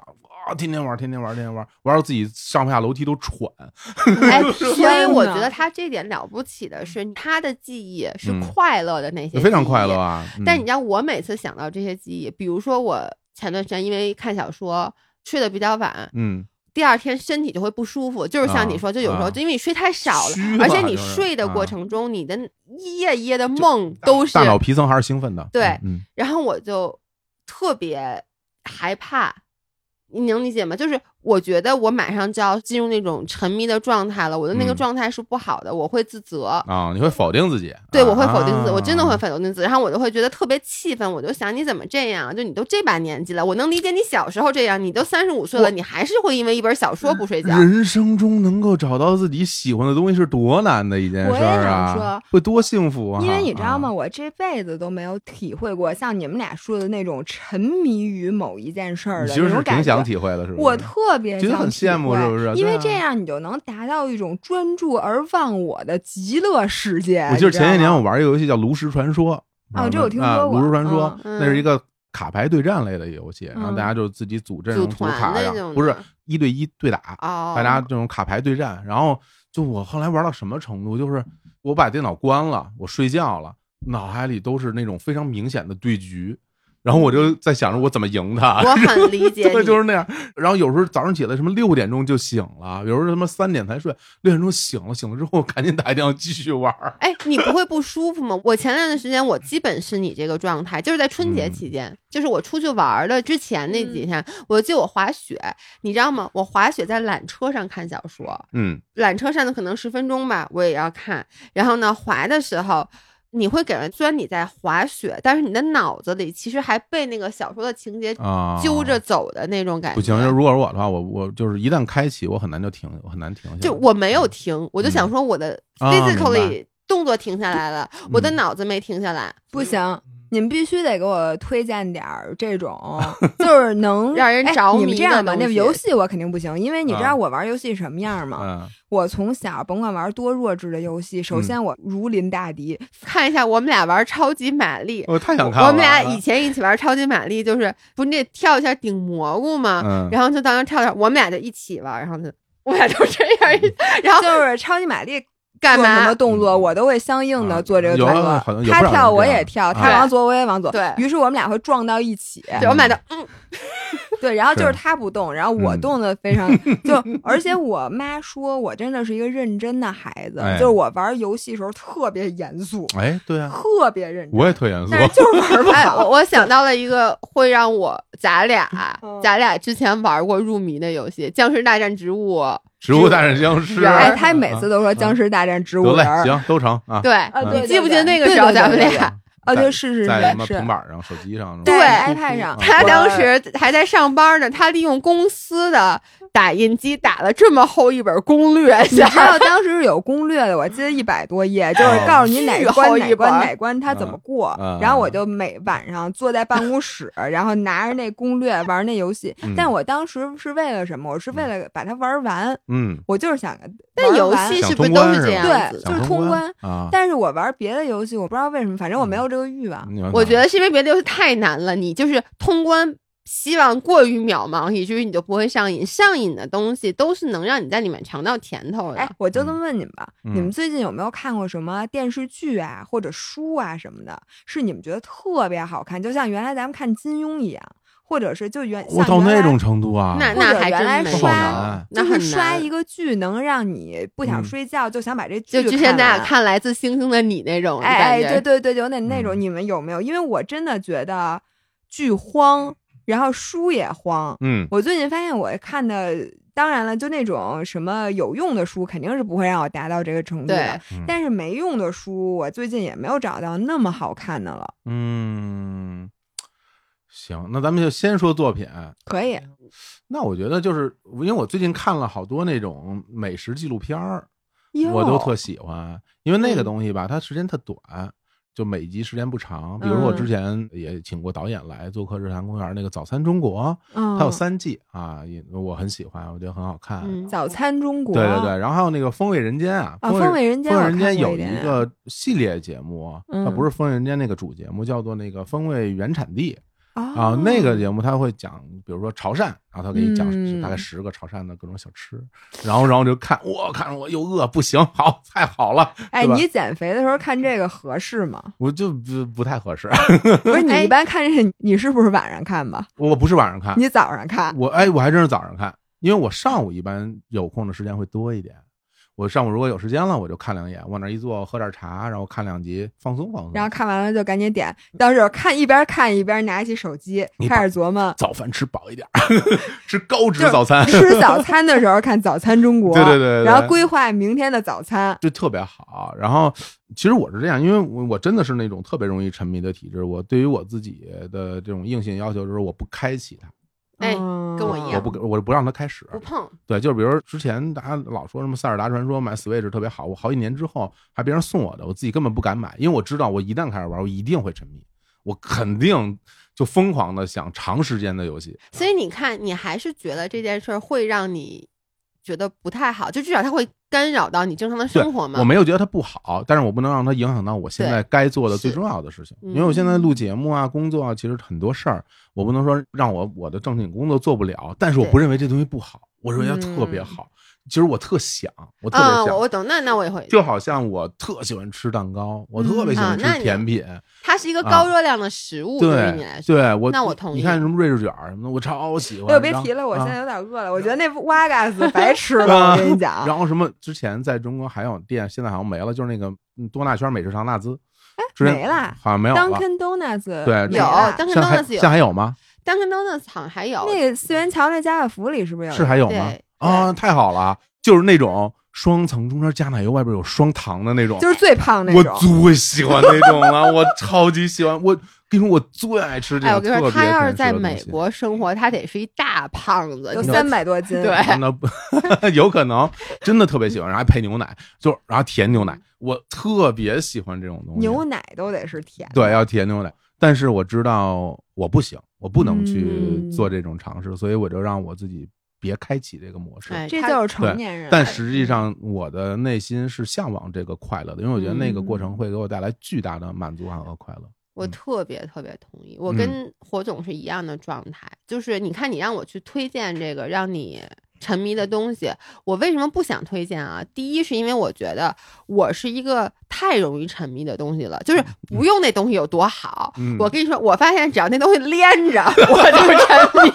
哇，天天玩，天天玩，天天玩，玩到自己上下楼梯都喘。哎，所以我天觉哪得他这点了不起的是，他的记忆是嗯快乐的那些，非常快乐。啊！嗯但你知道，我每次想到这些记忆，比如说我前段时间因为看小说睡得比较晚，嗯，第二天身体就会不舒服，就是像你说，啊就有时候啊就因为你睡太少了虚，嘛而且你就是睡的过啊程中，你的一夜一夜的梦都是大，脑皮层还是兴奋的。对嗯，然后我就特别害怕。你能理解吗？就是我觉得我马上就要进入那种沉迷的状态了，我的那个嗯状态是不好的，我会自责。嗯啊，你会否定自己？对，我会否定自己，啊我真的会否定自己，然后我就会觉得特别气愤，我就想你怎么这样啊？就你都这把年纪了，我能理解你小时候这样，你都三十五岁了，你还是会因为一本小说不睡觉。啊人生中能够找到自己喜欢的东西是多难的一件我事也儿想啊说！会多幸福啊！因为你知道吗？啊？我这辈子都没有体会过像你们俩说的那种沉迷于某一件事儿你的其实那是种挺感想觉。体会的，是不是？我特别觉得想很体羡慕会是不是因为对啊这样你就能达到一种专注而忘我的极乐世界。我记得你知道前些年吗我玩一个游戏叫《炉石传说》哦这我听啊说过炉石传说》嗯那是一个卡牌对战类的游戏，然后嗯大家就自己组阵组容、组团卡那呀，然种后不是的一对一对打，哦，大家这种卡牌对战。然后就我后来玩到什么程度，就是我把电脑关了，我睡觉了，脑海里都是那种非常明显的对局，然后我就在想着我怎么赢他。 [LAUGHS] 我很理解对，你，就是那样。然后有时候早上起来什么六点钟就醒了，有时候他妈三点才睡，六点钟醒了，醒了之后赶紧打一电话继续玩儿。哎，你不会不舒服吗？我前段时间我基本是你这个状态，就是在春节嗯期间，就是我出去玩儿的之前那几天，我记得我滑雪，你知道吗？我滑雪在缆车上看小说，嗯，缆车上的可能十分钟吧，我也要看。然后呢，滑的时候你会给人，虽然你在滑雪，但是你的脑子里其实还被那个小说的情节啊，揪着走的那种感觉。不行。如果是我的话，我我就是一旦开启，我很难就停，我很难停下来。就我没有停，我就想说我的嗯啊 physically 动作停下来了，我的嗯脑子没停下来，不行，你们必须得给我推荐点儿这 [LAUGHS] 种，就是能让人哎着迷你们这样吧，的东那西游戏我肯定不行，因为你知啊道我玩游戏什么样吗？嗯，我从小甭管玩多弱智的游戏，首先我如临大 [LAUGHS] 敌，看一下我们俩玩超级玛丽。我太想看了。啊我们俩以前一起玩超级玛丽，就是不是那跳一下顶蘑菇吗？嗯然后就当时跳跳，我们俩就一起玩，然后就我们俩就这样嗯一，然后就是超级玛丽干做什么嘛？动作，我都会相应嗯啊的做这个有动啊好作。像有他不少人跳这我样啊也跳，对他往左我也往左，对于是我们俩会撞到一起。对，我 [LAUGHS] 们俩就嗯，对，然后就是对他不动，然后我嗯动的非 [LAUGHS] 常就，而且我妈说我真的是一个认真的孩子，哎就是我玩游戏的时候特别严肃，哎，对啊，特别认真，我也特严肃但。是就是玩不哎，我好。我想到了一个会让我咱俩啊嗯咱俩之前玩过入迷的游戏《僵尸大战植物》，啊植物大战僵尸，人哎，他每次都说《嗯僵尸大战植物啊得嘞人》，行，都成啊。对，啊，对，你对记不记对得那个对时候对对咱们对 [LAUGHS] 俩对啊，对，是是在什么是平是，板上、手机上，啊对对 iPad 上，他我当时还在上班呢，他利用公司的打印机打了这么厚一本攻略你知下，道当时是有攻略的，我记得一百多页，就是哦告诉你哪巨关厚一哪关本儿哪关它怎么过嗯嗯。然后我就每晚上坐在办公室，然后拿着那攻略玩那游戏嗯。但我当时是为了什么？我是为了把它玩完，嗯，我就是想但玩游完戏想是不通是都关是是这吧样对子的？就是想通关关啊。但是我玩别的游戏，我不知道为什么，反正我没嗯有这个欲望。你要 [LAUGHS] 我想觉得是因为别的游戏太难了，你就是通关。希望过于渺茫，以至于你就不会上瘾。上瘾的东西都是能让你在里面尝到甜头的。哎，我就这么问你们吧，嗯你们最近有没有看过什么电视剧啊，或者书啊什么的，是你们觉得特别好看，就像原来咱们看金庸一样，或者是就原我像到原那来种程度啊，那或者那还原来真没有刷，那就很是刷难一个剧，能让你不想嗯睡觉，就想把这剧就之前咱俩完。看《来自星星的你》那种哎感哎，觉，对对对，有点那种，嗯你们有没有？因为我真的觉得剧荒，然后书也荒。嗯，我最近发现我看的，当然了，就那种什么有用的书，肯定是不会让我达到这个程度的对。嗯但是没用的书，我最近也没有找到那么好看的了。嗯，行，那咱们就先说作品。可以，嗯那我觉得就是因为我最近看了好多那种美食纪录片儿，哟我都特喜欢，因为那个嗯东西吧，它时间特短。就每集时间不长，比如说我嗯之前也请过导演来做客《日坛公园》那个《早餐中国》，嗯，它有三季啊，也我很喜欢，我觉得很好看。嗯，早餐中国，对对对，然后还有那个《风味人间》啊，啊，风风味人风间，味我人看间过有点一个系列节目，它嗯不是《风味人间》那个主节目，叫做那个《风味原产地》啊哦，，那个节目它会讲，比如说潮汕，然后他给你讲嗯大概十个潮汕的各种小吃，然后然后就看，我看着我又饿，不行，好，太好了，哎，对吧你减肥的时候看这个合适 [LAUGHS] 吗？我就不不太合适， [LAUGHS] 不是你哎一般看这，你是不是晚上看吧？我不是晚上看，你早上看，我哎，我还真是早上看，因为我上午一般有空的时间会多一点。我上午如果有时间了，我就看两眼，往那儿一坐，喝点茶，然后看两集，放松放松。然后看完了就赶紧点，到时候看一边看一边拿起手机你把。开始琢磨早饭吃饱一点儿， [LAUGHS] 吃高脂就是早餐，吃早餐的时候看《早餐中国》， [LAUGHS] 对对对对然后规划明天的早餐。就特别好。然后其实我是这样，因为我我真的是那种特别容易沉迷的体质，我对于我自己的这种硬性要求就是我不开启它，哎嗯跟我一样我不我不让它开始，不碰，对，就是比如之前大家老说什么《塞尔达传说》买 Switch 特别好，我好几年之后还别人送我的，我自己根本不敢买，因为我知道我一旦开始玩，我一定会沉迷，我肯定就疯狂的想长时间的游戏。所以你看，你还是觉得这件事儿会让你觉得不太好，就至少它会干扰到你正常的对生活嘛。我没有觉得它不好，但是我不能让它影响到我现在该做的最重要的事情，嗯因为我现在录节目啊、工作啊，其实很多事儿，我不能说让我我的正经工作做不了，但是我对不认为这东西不好，我认为它特别好。其实我特想，我特别嗯想。啊，我我懂，那那我也会，就好像我特喜欢吃蛋糕，我特别喜欢嗯啊那吃你甜品，它是一个啊高热量的食物，对于你来对说，对，我那我同意你看什么瑞士卷儿什么的，我超喜欢。哎呦，别然后提了，我啊现在有点饿了。我觉得那哇嘎 [LAUGHS] 子白吃了，啊我跟你讲。然后什么之前在中国还有店，现在好像没了，就是那个嗯多纳圈美食城纳兹，哎之前没啦好像没有了。 Dunkin Donuts 对没有了 Dunkin' 像还 Donuts 有像还有吗？丹肯 donuts 厂还有，那个四元桥那家乐福里是不是有？是还有吗对？啊啊，太好了，就是那种双层中间加奶油，外边有双糖的那种，就是最胖那我种。最喜欢那种了，我超级喜欢。我跟你说，我最爱吃这哎，种我跟你说，特别他要甜是食在的东美西国生活，他得是一大胖子。有你知道三百多斤，对那不 [LAUGHS] 有可能真的特别喜欢，然后还配牛奶，就然后甜牛奶，我特别喜欢这种东西。牛奶都得是甜的。对，要甜牛奶，但是我知道我不行，我不能去嗯做这种尝试，所以我就让我自己别开启这个模式。哎这他就是成年人。但实际上，我的内心是向往这个快乐的，因为我觉得那个嗯过程会给我带来巨大的满足感和快乐。我嗯特别特别同意，我嗯跟火总是一样的状态，就是你看你让我去推荐这个让你沉迷的东西，我为什么不想推荐啊？第一是因为我觉得我是一个太容易沉迷的东西了，就是不用那东西有多好，嗯我跟你说，我发现只要那东西连着，我就沉迷。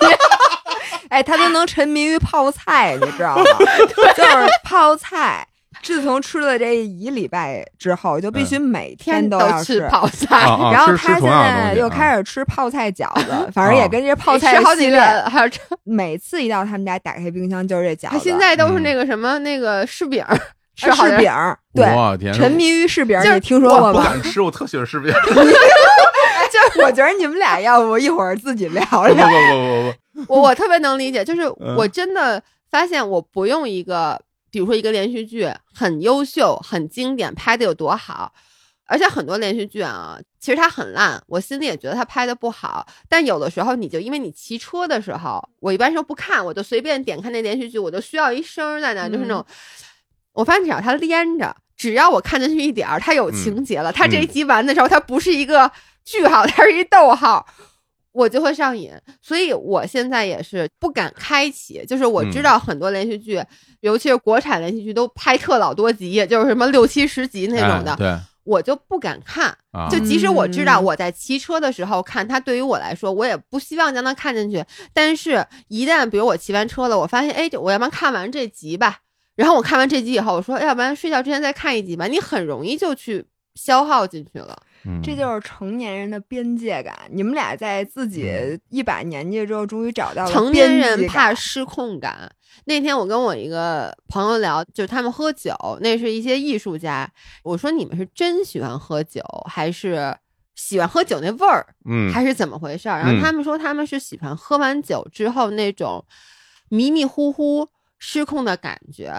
[LAUGHS] 哎，他都能沉迷于泡菜，你知道 [LAUGHS] 吗？就是泡菜。自从吃了这一礼拜之后，就必须每天都都要吃泡菜。嗯啊啊然后吃吃他现同样的东在西又啊开始吃泡菜饺子，反正也跟这泡菜吃哎好系几列。个，还有吃，每次一到他们家，打开冰箱就是这饺他子。现在都是嗯那个什么那个柿饼儿，吃好柿点饼儿，对，我天，沉迷于柿饼儿，就是你听说过不 [LAUGHS] 吗？敢吃，我特喜欢吃 [LAUGHS] 别人。我觉得你们俩要不一会儿自己聊不不聊。 [LAUGHS] 不不不，我我特别能理解，就是嗯我真的发现我不用一个，比如说一个连续剧很优秀、很经典，拍的有多好，而且很多连续剧啊，其实它很烂，我心里也觉得它拍的不好，但有的时候你就因为你骑车的时候，我一般时候不看，我就随便点开那连续剧，我就需要一声儿在那儿，就是那种，我发现只要它连着。只要我看进去一点儿，它有情节了。它这一集完的时候，它不是一个句号，它是一逗号，我就会上瘾。所以我现在也是不敢开启，就是我嗯知道很多连续剧，尤其是国产连续剧都拍特老多集，就是什么六七十集那种的，哎对我就不敢看。啊，就即使我知道嗯我在骑车的时候看它，对于我来说，我也不希望将它看进去。但是，一旦比如我骑完车了，我发现，哎，这我要不然看完这集吧。然后我看完这集以后，我说，哎要不然睡觉之前再看一集吧。你很容易就去消耗进去了。嗯这就是成年人的边界感。你们俩在自嗯己一把年纪之后，终于找到了成年边人界怕感失控感。那天我跟我一个朋友聊，就是他们喝酒，那是一些艺术家。我说你们是真喜欢喝酒，还是喜欢喝酒那味儿，嗯，还是怎么回事儿？然嗯后他们说他们是喜欢喝完酒之后那种迷迷糊糊失控的感觉。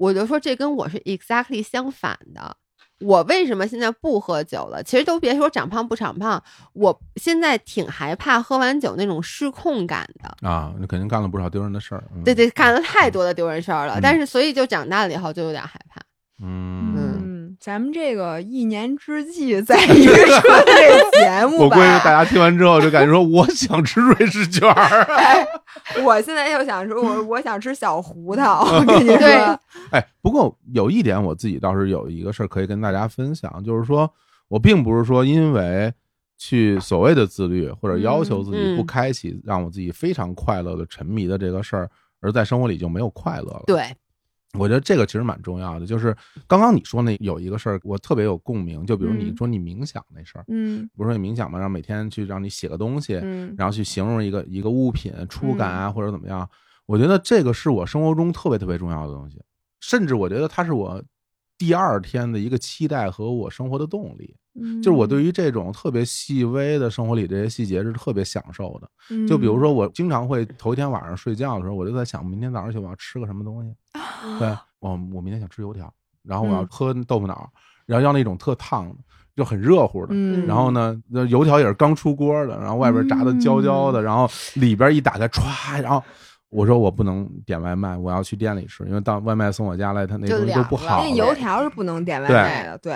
我就说这跟我是 exactly 相反的。我为什么现在不喝酒了？其实都别说长胖不长胖，我现在挺害怕喝完酒那种失控感的。啊，你肯定干了不少丢人的事儿。嗯对，对，干了太多的丢人事儿了。嗯但是所以就长大了以后就有点害怕。嗯，嗯，咱们这个一年之计在于 [LAUGHS] 春这节目我吧。估计大家听完之后就感觉说，我想吃瑞士卷儿。我现在又想说，我我想吃小胡桃，我跟你说对，哎，不过有一点我自己倒是有一个事儿可以跟大家分享，就是说我并不是说因为去所谓的自律或者要求自己嗯嗯不开启让我自己非常快乐的沉迷的这个事儿，而在生活里就没有快乐了。对，我觉得这个其实蛮重要的，就是刚刚你说那有一个事儿，我特别有共鸣，就比如你嗯说你冥想那事儿，嗯不是说你冥想嘛，让每天去让你写个东西，嗯然后去形容一个一个物品触感啊，或者怎么样。我觉得这个是我生活中特别特别重要的东西，甚至我觉得它是我第二天的一个期待和我生活的动力。嗯，就是我对于这种特别细微的生活里这些细节是特别享受的。嗯，就比如说，我经常会头一天晚上睡觉的时候，我就在想，明天早上起我要吃个什么东西。啊对，我我明天想吃油条，然后我要嗯喝豆腐脑，然后要那种特烫的，就很热乎的。嗯，然后呢，那油条也是刚出锅的，然后外边炸的焦焦的，然后里边一打开，歘，然后我说我不能点外卖，我要去店里吃，因为到外卖送我家来，它那就东西都不凉了好那了。油条是不能点外卖的，对，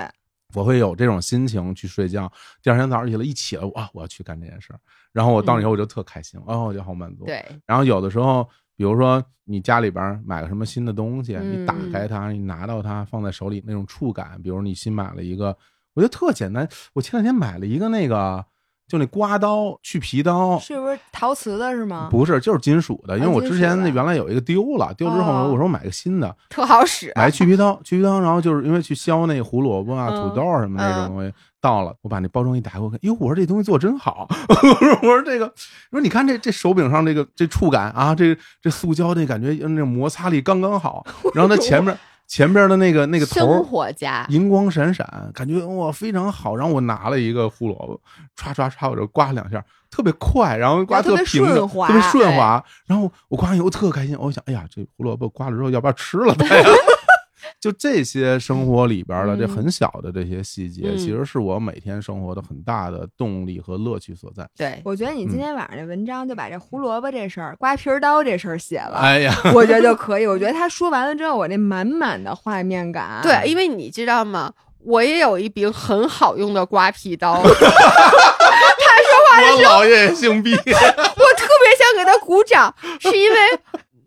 我会有这种心情去睡觉，第二天早上起来一起来，哇，我要去干这件事儿，然后我到那以后我就特开心，哦，我就好满足。对，然后有的时候，比如说你家里边买个什么新的东西，嗯你打开它，你拿到它放在手里那种触感，比如你新买了一个，我觉得特简单。我前两天买了一个那个，就那刮刀、去皮刀，是不是陶瓷的是吗？哦哦不是就是金属的，因为我金之属前的那原来有一个丢了，丢之后哦我说我买个新的，特好使。买去皮刀，去皮刀，然后就是因为去削那胡萝卜啊、嗯土豆啊什么那啊嗯种东西，到了我把那包装一打开，我看，哟，我说这东西做真好， [LAUGHS] 我说我说这个，我说你看这这手柄上这 [LAUGHS] 个这触感啊，这这塑胶这感觉那种摩擦力刚刚好，然后它前面前边的那个那个头生儿活家，银光闪闪，感觉哇非常好。然后我拿了一个胡萝卜，唰唰唰，我就刮两下，特别快，然后刮然后特别平顺整，滑特别顺滑。然后我刮完以后特开心，我想，哎呀，这胡萝卜刮了之后要不要吃了它呀？就这些生活里边的这嗯很小的这些细节，嗯其实是我每天生活的很大的动力和乐趣所在。对，我觉得你嗯今天晚上这文章就把这胡萝卜这事儿、刮皮儿刀这事儿写了，哎呀，我觉得就可以。我觉得他说完了之后，我那满满的画面感，对，因为你知道吗？我也有一柄很好用的刮皮刀，我我姥爷也姓毕。特别想给他鼓掌，是因为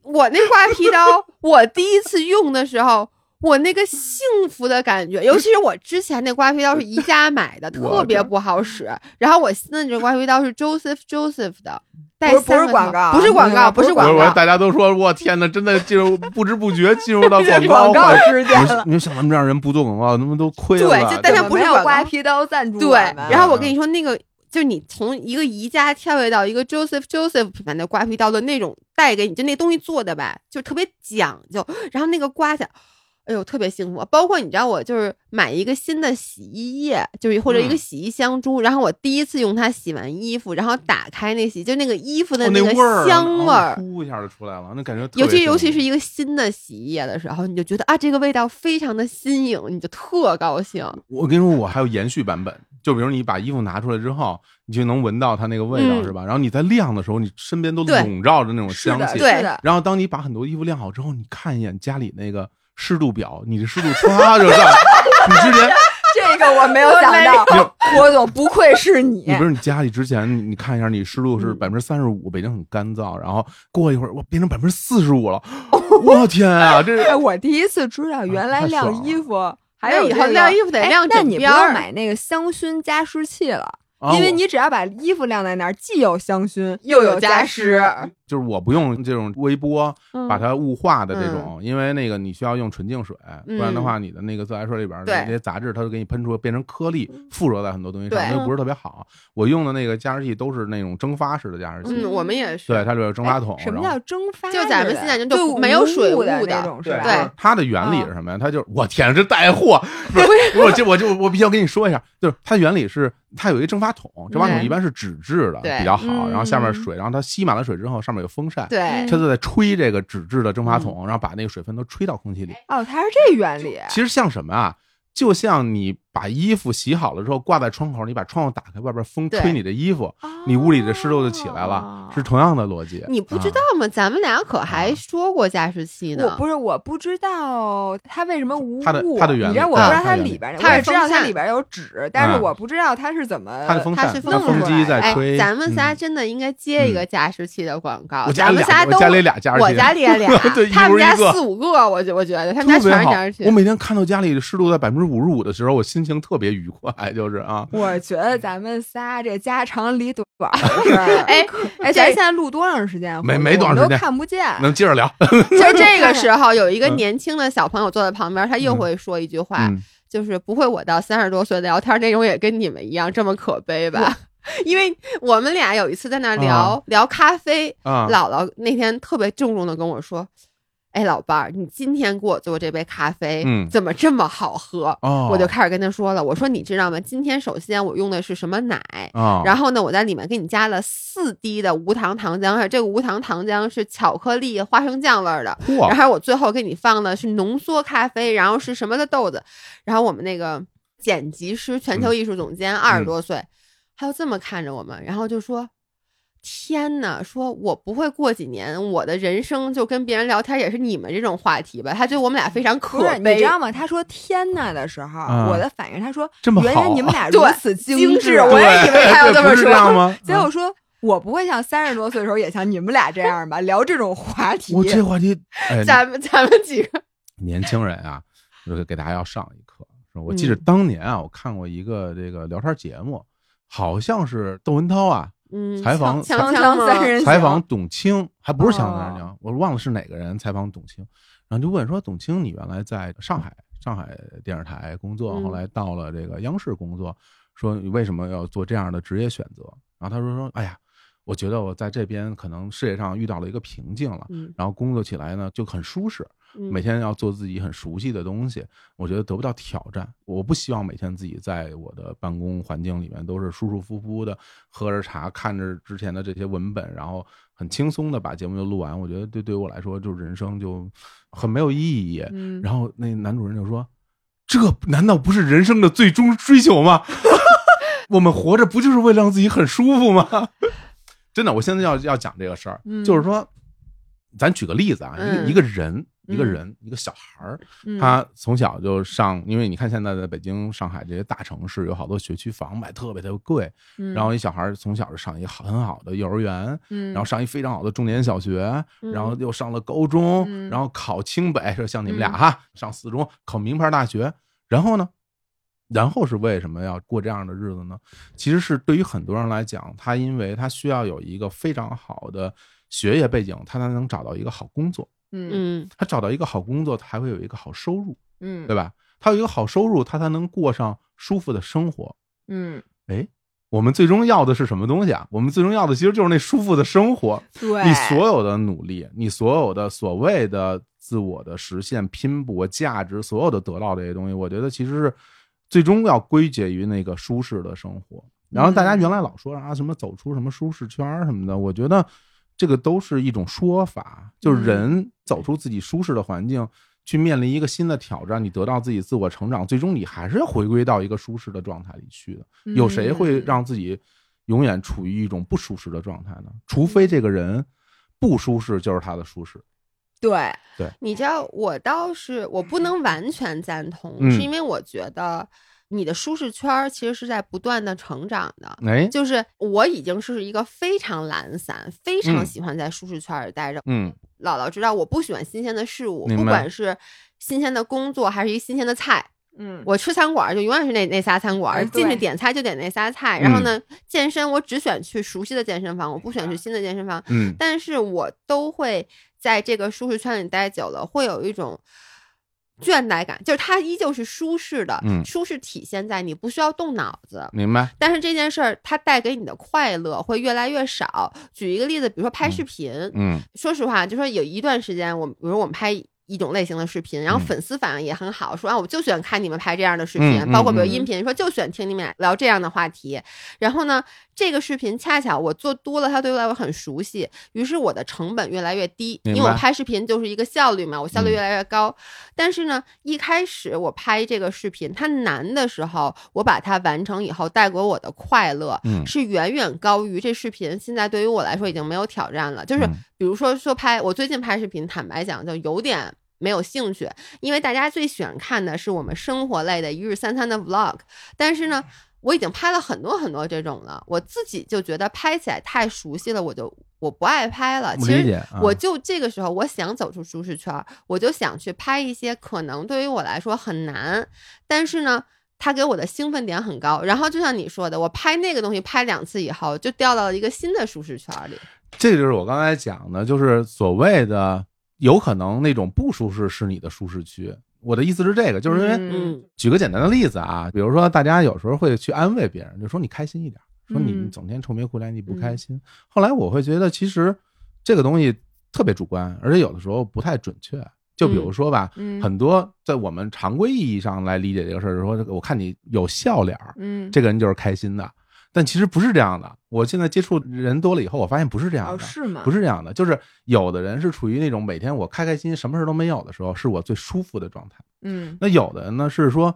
我那刮皮刀，我第一次用的时候，我那个幸福的感觉，尤其是我之前那刮皮刀是宜家买的，我特别不好使，然后我新的这刮皮刀是 Joseph Joseph 的，带不是三不是个广头告不是广告，不不是是广广我我告，大家都说，我天哪，真的进入不知不觉进 [LAUGHS] 入到 [LAUGHS] 广广告环时间你了说。你说像咱们这样人不做广告，他们都亏了对吧。就但它怎么不是没有广告刮皮刀赞助我对，们然后我啊跟你说，那个就是你从一个宜家跳跃到一个 Joseph Joseph 品牌的刮皮刀的那种带给你，就那东西做的吧，就特别讲究，然后那个刮起来。哎呦，特别幸福！包括你知道，我就是买一个新的洗衣液，就是或者一个嗯洗衣香珠，然后我第一次用它洗完衣服，然后打开那洗，就那个衣服的哦那个味儿哦香味儿，呼一下就出来了，那感觉特别啊尤其尤其幸是一个新的洗衣液的时候，你就觉得啊，这个味道非常的新颖，你就特高兴。福我跟你说，我还有延续版本，就比如你把衣服拿出来之后，你就能闻到它那个味道，嗯是吧？然后你在晾的时候，你身边都对笼罩着那种是香的，气。对是的，然后当你把很多衣服晾好之后，你看一眼家里那个湿度表，你的湿度唰就上 [LAUGHS] 来了。你之前这个我没有想到，郭总不愧是你你比如你家里之前，你你看一下，你湿度是嗯百分之三十五，北京很干燥，然后过一会儿哇变成百分之四十五 [LAUGHS] 了，我天啊，这哎，我第一次知道原来啊太爽晾衣服还那有以这后个晾衣服得哎晾那整你不边要儿买那个香薰加湿器了，啊因为我你只要把衣服晾在那儿，既有香薰又有加湿。就是我不用这种微波嗯把它雾化的这种，因为那个你需要用纯净水，嗯不然的话你的那个自来水里边对那些杂质它就给你喷出变成颗粒，附着在很多东西上，对那就不是特别好。我用的那个加湿器都是那种蒸发式的加湿器，嗯，哎我们也是。对，它里边有蒸发桶，什么然后叫蒸发式的？就咱们现在就对没有水无雾的的那种，是对，吧？啊对它的原理是什么呀？它就是我天，这带 [LAUGHS] 货，不是， [LAUGHS] 我这我就我必须要跟你说一下，就是它原理是它有一蒸发桶，蒸发桶对一般是纸质的嗯对比较好，嗯然后下面水，然后它吸满了水之后，上面有风扇，对，嗯嗯它就在吹这个纸质的蒸发桶，然后把那个水分都吹到空气里。哦，它是这原理。其实像什么啊？就像你把衣服洗好了之后挂在窗口，你把窗户打开，外边风对哦吹你的衣服，你屋里的湿度就起来了哦，是同样的逻辑。你不知道吗？咱们俩可还啊说过加湿器呢。我不是我不知道它为什么无它的雾，它的原你知道理我不知啊道它的原里理边儿，它我是也知道风它扇里边儿有纸，但是啊我不知道它是怎么它的风它扇，是它风的风机在哎吹。，咱们仨嗯真的应该接一个加湿器的广告。我家咱里们俩仨我都，家里俩加湿器我家里 [LAUGHS] 也俩对一，他屋们一家个四五个，我觉我觉得他们家特别全是好加湿。我器。每天看到家里的湿度在百分之五十五的时候，我心情特别愉快， [LAUGHS] 就是啊，我觉得咱们仨这家长里短 [LAUGHS] 儿是哎哎，咱这现在录多长时间？啊没没多长我们时都间看不见。能接着聊。就这个时候，有一个嗯年轻的小朋友坐在旁边，他又嗯会说一句话，嗯，就是不会我到三十多岁聊天内容也跟你们一样这么可悲吧？ [LAUGHS] 因为我们俩有一次在那儿聊、啊聊咖啡，啊，姥姥那天特别郑重的跟我说：“哎，老伴儿，你今天给我做这杯咖啡，嗯怎么这么好喝？”哦，我就开始跟他说了，我说你知道吗？今天首先我用的是什么奶，啊，然后呢，我在里面给你加了四滴的无糖糖浆，而且这个无糖糖浆是巧克力花生酱味儿的，嚯然后我最后给你放的是浓缩咖啡，然后是什么的豆子，然后我们那个剪辑师、全嗯球艺术总监二十多岁，他就这么看着我们，然后就说。天呐，说我不会过几年，我的人生就跟别人聊天也是你们这种话题吧？他觉得我们俩非常可不是，你悲知，道吗？他说“天呐”的时候，啊我的反应，他说这么好原来你们 [LAUGHS] 俩如对此精致，致我也以为他要对这么不是这样说。 [LAUGHS] 吗？嗯结果我说，我不会像三十多岁的时候也像你们俩这样吧，聊这种话题。我这话题，哎，咱们咱们几个，年轻人啊，我就给大家要上一课。说我记得当年啊，我看过一个这个聊天节目，好像是窦文涛啊嗯，采访锵锵锵锵吗三人行采访董卿，还不是想哦三人行，我忘了是哪个人采访董卿，然后就问说董卿，你原来在上海上海电视台工作，嗯后来到了这个央视工作，说你为什么要做这样的职业选择？然后他说说，哎呀，我觉得我在这边可能事业上遇到了一个瓶颈了，嗯然后工作起来呢就很舒适。嗯每天要做自己很熟悉的东西，我觉得得不到挑战。我不希望每天自己在我的办公环境里面都是舒舒服服的喝着茶，看着之前的这些文本，然后很轻松的把节目就录完。我觉得对对我来说，就人生就很没有意义。嗯，然后那男主人就说：“这难道不是人生的最终追求 [LAUGHS] 吗？我们活着不就是为了让自己很舒服吗？” [LAUGHS] 真的，我现在要要讲这个事儿，嗯就是说，咱举个例子啊，嗯一个一个人，一个嗯人，一个小孩儿，嗯他从小就上，因为你看现在在北京、上海这些大城市，有好多学区房买特别特别贵，然后一小孩儿从小就上一个好很好的幼儿园，嗯，然后上一非常好的重点小学，嗯然后又上了高中，嗯然后考清北，就像你嗯们俩哈，上四中考名牌大学，然后呢，然后是为什么要过这样的日子呢？其实是对于很多人来讲，他因为他需要有一个非常好的学业背景，他才能找到一个好工作，嗯嗯他找到一个好工作，才会有一个好收入，嗯对吧？他有一个好收入，他才能过上舒服的生活。嗯，哎，我们最终要的是什么东西啊？我们最终要的其实就是那舒服的生活。对，你所有的努力，你所有的所谓的自我的实现、拼搏、价值，所有的得到这些东西，我觉得其实是最终要归结于那个舒适的生活。然后大家原来老说啊什么走出什么舒适圈儿什么的，我觉得这个都是一种说法，就是人走出自己舒适的环境。去面临一个新的挑战，你得到自己自我成长，最终你还是要回归到一个舒适的状态里去的。嗯有谁会嗯让自己永远处于一种不舒适的状态呢？除非这个人不舒适就是他的舒适。对，你知道，我倒是我不能完全赞同，嗯是因为我觉得你的舒适圈儿其实是在不断的成长的。哎，就是我已经是一个非常懒散，非常嗯喜欢在舒适圈儿里待着。嗯姥姥知道我不喜欢新鲜的事物，明不白管是新鲜的工作还是一新鲜的菜。嗯我吃餐馆儿就永远是那那仨餐馆儿，哎对进去点菜就点那仨菜。然后呢，健身我只选去熟悉的健身房，我不选去新的健身房。嗯，但是我都会在这个舒适圈里待久了，会有一种倦怠感，就是它依旧是舒适的，嗯舒适体现在你不需要动脑子。明白。但是这件事儿，它带给你的快乐会越来越少。举一个例子，比如说拍视频，嗯说实话，就说有一段时间，我比如我们拍一种类型的视频，然后嗯粉丝反应也很好，说啊，我就喜欢看你们拍这样的视频，嗯嗯包括比如嗯音频，说就喜欢听你们聊这样的话题。然后呢，这个视频恰巧我做多了，它对我来说很熟悉，于是我的成本越来越低，明因白为我拍视频就是一个效率嘛，我效率嗯越来越高。但是呢，一开始我拍这个视频，它难的时候，我把它完成以后带给我的快乐，嗯是远远高于这视频现在对于我来说已经没有挑战了。就是嗯比如说说拍，我最近拍视频，坦白讲就有点没有兴趣，因为大家最喜欢看的是我们生活类的一日三餐的 vlog，但是呢。嗯我已经拍了很多很多这种了，我自己就觉得拍起来太熟悉了，我就我不爱拍了。其我理实解啊我就这个时候，我想走出舒适圈儿，我就想去拍一些可能对于我来说很难，但是呢，它给我的兴奋点很高。然后就像你说的，我拍那个东西拍两次以后，就掉到了一个新的舒适圈儿里。这就是我刚才讲的，就是所谓的有可能那种不舒适是你的舒适区。我的意思是这个，就是因为、嗯嗯举个简单的例子啊，比如说大家有时候会去安慰别人，就说你开心一点，说你嗯整天愁眉苦脸，你不开心。后来我会觉得，其实这个东西特别主观，而且有的时候不太准确。就比如说吧，嗯很多在我们常规意义上来理解这个事儿，就是说我看你有笑脸儿，嗯这个人就是开心的。但其实不是这样的。我现在接触人多了以后，我发现不是这样哦的，是吗？不是这样的。就是有的人是处于那种每天我开开心心，什么事儿都没有的时候，是我最舒服的状态。嗯那有的人呢是说，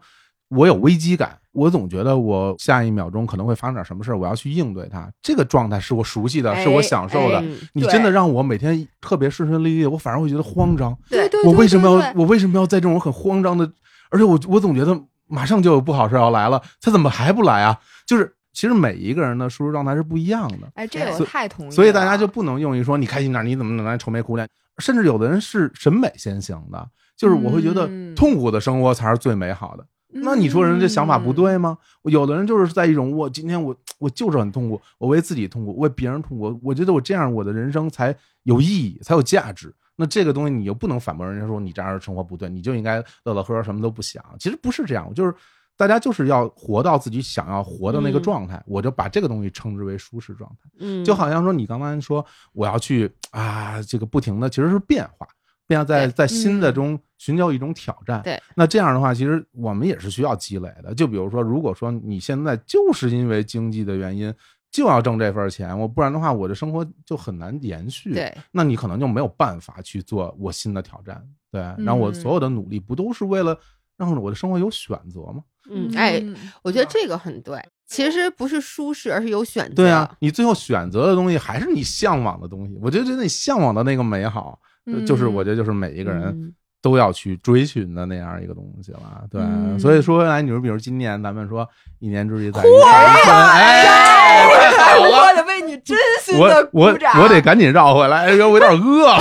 我有危机感，我总觉得我下一秒钟可能会发生点什么事儿，我要去应对它。这个状态是我熟悉的，哎是我享受的。哎嗯你对真的让我每天特别顺顺利利，我反而会觉得慌张。对对，我对为什么对要对我为什么要在这种很慌张的，而且我我总觉得马上就有不好事儿要来了，他怎么还不来啊？就是其实每一个人的舒适状态是不一样的。哎，这个我所太同意了，所以大家就不能用于说你开心点儿，你怎么怎么来愁眉苦脸，甚至有的人是审美先行的，就是我会觉得嗯痛苦的生活才是最美好的。那你说人这想法嗯不对吗？有的人就是在一种我今天我我就是很痛苦，我为自己痛苦，为别人痛苦，我觉得我这样我的人生才有意义，才有价值。那这个东西你又不能反驳人家说你这样的生活不对，你就应该乐乐呵呵什么都不想。其实不是这样，就是大家就是要活到自己想要活的那个嗯状态，我就把这个东西称之为舒适状态。嗯，就好像说你刚刚说我要去啊，这个不停的其实是变化。那样在对嗯在新的中寻求一种挑战。对，那这样的话，其实我们也是需要积累的。就比如说，如果说你现在就是因为经济的原因就要挣这份钱，我不然的话，我的生活就很难延续。，对，那你可能就没有办法去做我新的挑战。对，然后我嗯所有的努力不都是为了让我的生活有选择吗？嗯，哎，呃我觉得这个很对。其实不是舒适，而是有选择。对啊，你最后选择的东西还是你向往的东西。我就觉得你向往的那个美好，嗯呃就是我觉得就是每一一个人都要去追寻的那样一个东西了。对，嗯所以说来，你说比如今年咱们说一年之计在于晨，哎，太好了。我得为你真心的我我鼓掌。我得赶紧绕回来，哎我有点饿了。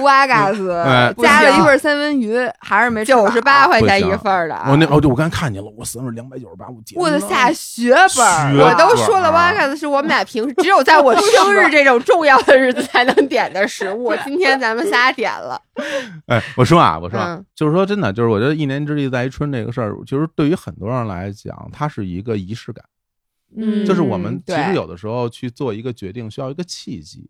乌阿嘎斯哎加了一份三文鱼，还是没九十八块不钱行一份儿的 [LAUGHS] 啊，我那哦，对，我刚才看见了，我三两百九十八，我天哪，我的下血本儿嗯血啊，我本都说了，啊瓦卡的是我们俩平时只 [LAUGHS] 有在我生日这种重要的日子才能点的食物。 [LAUGHS] 今天咱们仨点了，哎，我说啊，我说、啊嗯就是说真的，就是我觉得一年之计在于春这个事儿，就是对于很多人来讲，它是一个仪式感。嗯就是我们其对实有的时候去做一个决定需要一个契机，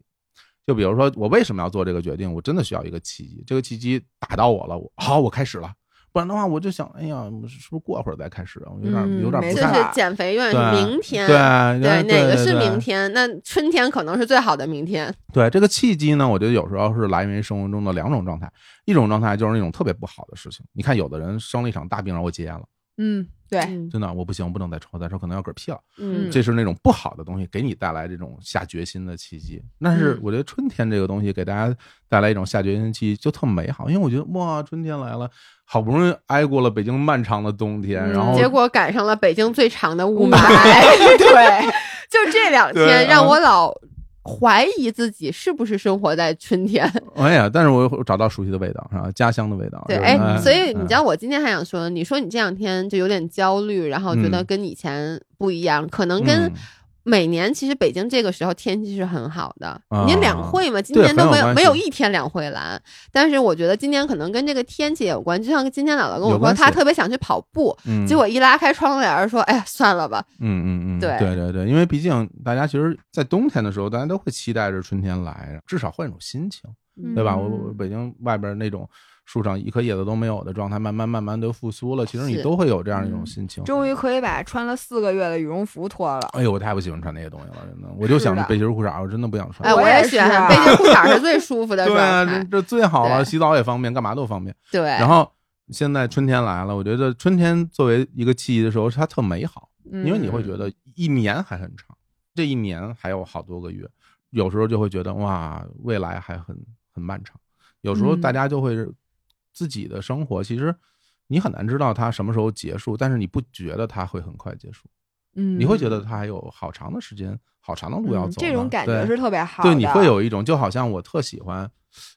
就比如说我为什么要做这个决定，我真的需要一个契机，这个契机打到我了，我好我开始了，不然的话我就想，哎呀，我是不是过会儿再开始啊？我有点嗯有点没不这错太是减肥愿对明天。对对，哪个对是对明天？那春天可能是最好的明天。对这个契机呢，我觉得有时候是来源于生活中的两种状态，一种状态就是那种特别不好的事情，你看有的人生了一场大病，然后我戒烟了，嗯，对，嗯真的我不行，我不能再抽，再抽可能要嗝屁了。嗯，这是那种不好的东西给你带来这种下决心的契机。但是嗯我觉得春天这个东西给大家带来一种下决心的契机就特美好，因为我觉得哇，春天来了，好不容易挨过了北京漫长的冬天，嗯然后结果赶上了北京最长的雾雾霾。 [LAUGHS] 哎对，就这两对天让啊我老怀疑自己是不是生活在春天。哎呀，但是我又找到熟悉的味道，是吧？家乡的味道。对，是吧哎，哎，所以你知嗯道我今天还想说，你说你这两天就有点焦虑，然后觉得嗯跟以前不一样，可能跟嗯每年其实北京这个时候天气是很好的，啊您两会嘛，今对年都很有没有关系没有一天两会蓝，但是我觉得今年可能跟这个天气也有关，就像今天姥姥跟我有说，关系她特别想去跑步，嗯结果一拉开窗帘儿说，哎呀，算了吧，嗯嗯嗯，对对对对，因为毕竟大家其实，在冬天的时候，大家都会期待着春天来，至少换一种心情。嗯对吧？我嗯我北京外边那种树上一颗叶子都没有的状态，慢慢慢慢都复苏了。其实你是都会有这样一种嗯心情。终于可以把穿了四个月的羽绒服脱了。哎呦，我太不喜欢穿那些东西了，真的，我就是想的背心儿裤衩儿，我真的不想穿。哎，我我也也是啊喜欢背心裤衩儿是最舒服 [LAUGHS] 的对啊，状这态，这最好了，对洗澡也方便，干嘛都方便。对，然后现在春天来了，我觉得春天作为一个记忆的时候，它特美好，嗯因为你会觉得一年还很长，这一年还有好多个月，有时候就会觉得哇，未来还很很漫长。有时候嗯大家就会自己的生活，其实你很难知道它什么时候结束，但是你不觉得它会很快结束，嗯，你会觉得它还有好长的时间、好长的路要嗯走呢。这种感觉对是特别好的。对，你会有一种就好像我特喜欢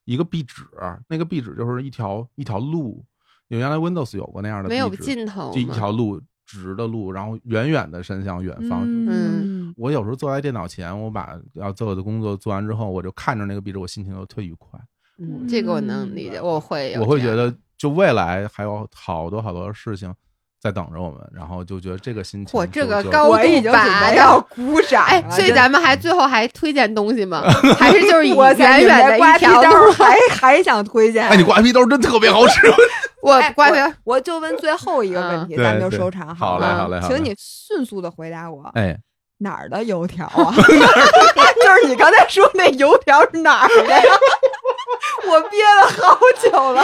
一个壁纸，那个壁纸就是一条一条路，有原来 Windows 有过那样的壁没纸，有尽头就一嘛条路直的路，然后远远的伸向远方。嗯，我有时候坐在电脑前，我把要做的工作做完之后，我就看着那个壁纸，我心情就特愉快。嗯这个我能理解，我会有我会这觉样得，就未来还有好多好多事情在等着我们，然后就觉得这个心情嚯就，这个就高啊我度已经准拔备呀要鼓掌了。哎，所以真的咱们还最后还推荐东 [LAUGHS] 西吗？还是 [LAUGHS] 就是以我远远的一刮皮条刀路儿？还还想推荐。哎，你瓜皮刀真特别好 [LAUGHS] 使。我哎刮我皮刀我就问最后一个问题，嗯咱们就对对收场好了。啊嘞好嘞好嘞请你迅速的回答我哎，哪儿的油条 [LAUGHS] 啊？ [LAUGHS] 就是你刚才说那油条是哪儿的呀？ [LAUGHS] 我憋了好久 [LAUGHS] 了，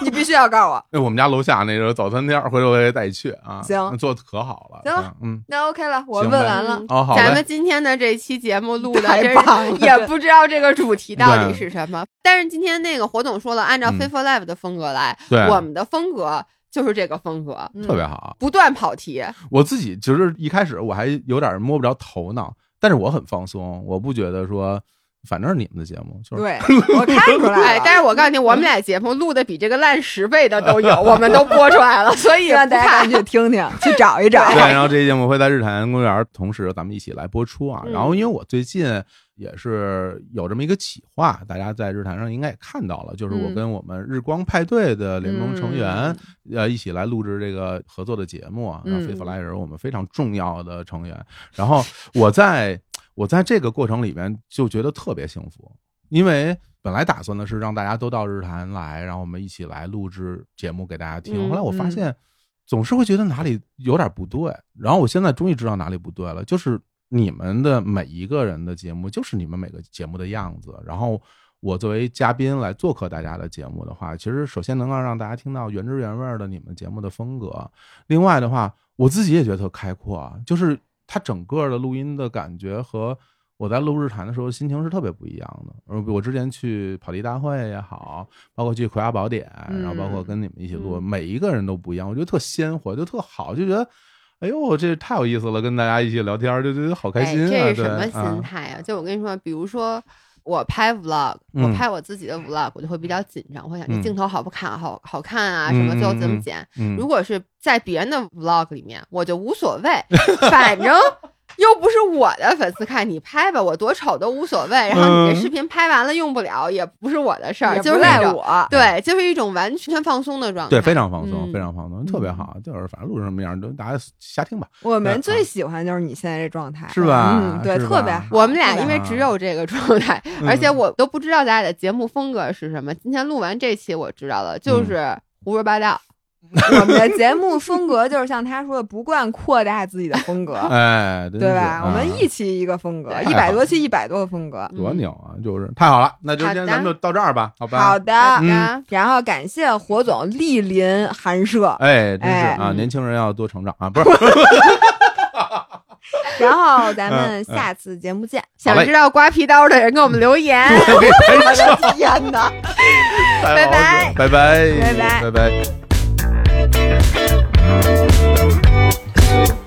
你必须要告诉我。那我们家楼下那个早餐店儿，回头我也带你去啊。行做的可好了。行了嗯，那 OK 了，我行问呗嗯完了。哦好嘞咱们今天的这期节目录的太真棒了 [LAUGHS] 是 [LAUGHS] 也不知道这个主题到底对是什么，但是今天那个火总说了，按照嗯 Fit for Life 的风格来，对我们的风格就是这个风格，嗯特别好。啊不断跑题。我自己其实一开始我还有点摸不着头脑，但是我很放松，我不觉得说，反正是你们的节目就是对，我看 [LAUGHS] 出来哎了。，但是我告诉你，我们俩节目录的比这个烂十倍的都有，我们都播出来 [LAUGHS] 了，所以希望大不家怕赶紧去听听，去找一找。对，然后这期节目会在日坛公园同时咱们一起来播出嗯啊。然后因为我最近也是有这么一个企划，大家在日坛上应该也看到了，就是我嗯跟我们日光派对的联盟成员嗯，呃，一起来录制这个合作的节目啊。那嗯飞弗莱也是我们非常重要的成员。然后我在我在这个过程里面就觉得特别幸福，因为本来打算的是让大家都到日坛来，然后我们一起来录制节目给大家听。嗯后来我发嗯现，总是会觉得哪里有点不对。然后我现在终于知道哪里不对了，就是你们的每一个人的节目，就是你们每个节目的样子。然后我作为嘉宾来做客大家的节目的话，其实首先能够让大家听到原汁原味儿的你们节目的风格。另外的话，我自己也觉得特开阔，啊，就是它整个的录音的感觉和我在录日谈的时候心情是特别不一样的。呃，我之前去跑题大会也好，包括去葵花宝典，嗯然后包括跟你们一起录，嗯每一个人都不一样，我觉得特鲜活，就特好，就觉得。哎呦，这太有意思了！跟大家一起聊天，就觉得好开心啊！哎、对这是什么心啊态啊？就我跟你说，比如说我拍 vlog，、嗯我拍我自己的 vlog，我就会比较紧张，会想这嗯镜头好不看，好好看啊，什么嗯最后怎嗯么剪。嗯，如果是在别人的 vlog 里面，我就无 [LAUGHS] 所谓，反正。又不是我的粉丝看你拍吧，我多丑都无所谓。然后嗯你这视频拍完了用不了，也不是我的事儿，也就不是赖一种。我。对，就是一种完全放松的状态。对，非常放松，嗯非常放松，特别好。就是反正录成什么样，都大家瞎听吧。我嗯们最喜欢就是你现在这状态，是吧嗯，对，是吧特别好。我们俩特别因好为只有这个状态，嗯而且我都不知道咱俩的节目风格是什么。今天录完这期，我知道了，嗯就是胡说八道。 [LAUGHS] 我们的节目风格就是像他说的，不惯扩大自己的风啊格，哎， [LAUGHS] 真对是吧？啊我们一期一个风格，对一百多期一百多个风嗯格。多牛啊！就是太好了，那就今好天的咱们就到这儿吧，好吧？好的，好的，嗯然后感谢火总莅临寒舍，哎，真是哎啊，嗯年轻人要多成长啊！不是，然后咱嗯们下次节目见。好想嘞知道刮皮刀的人给我们留言。我 [LAUGHS] 的哎天哪！拜拜哎拜拜拜拜拜拜。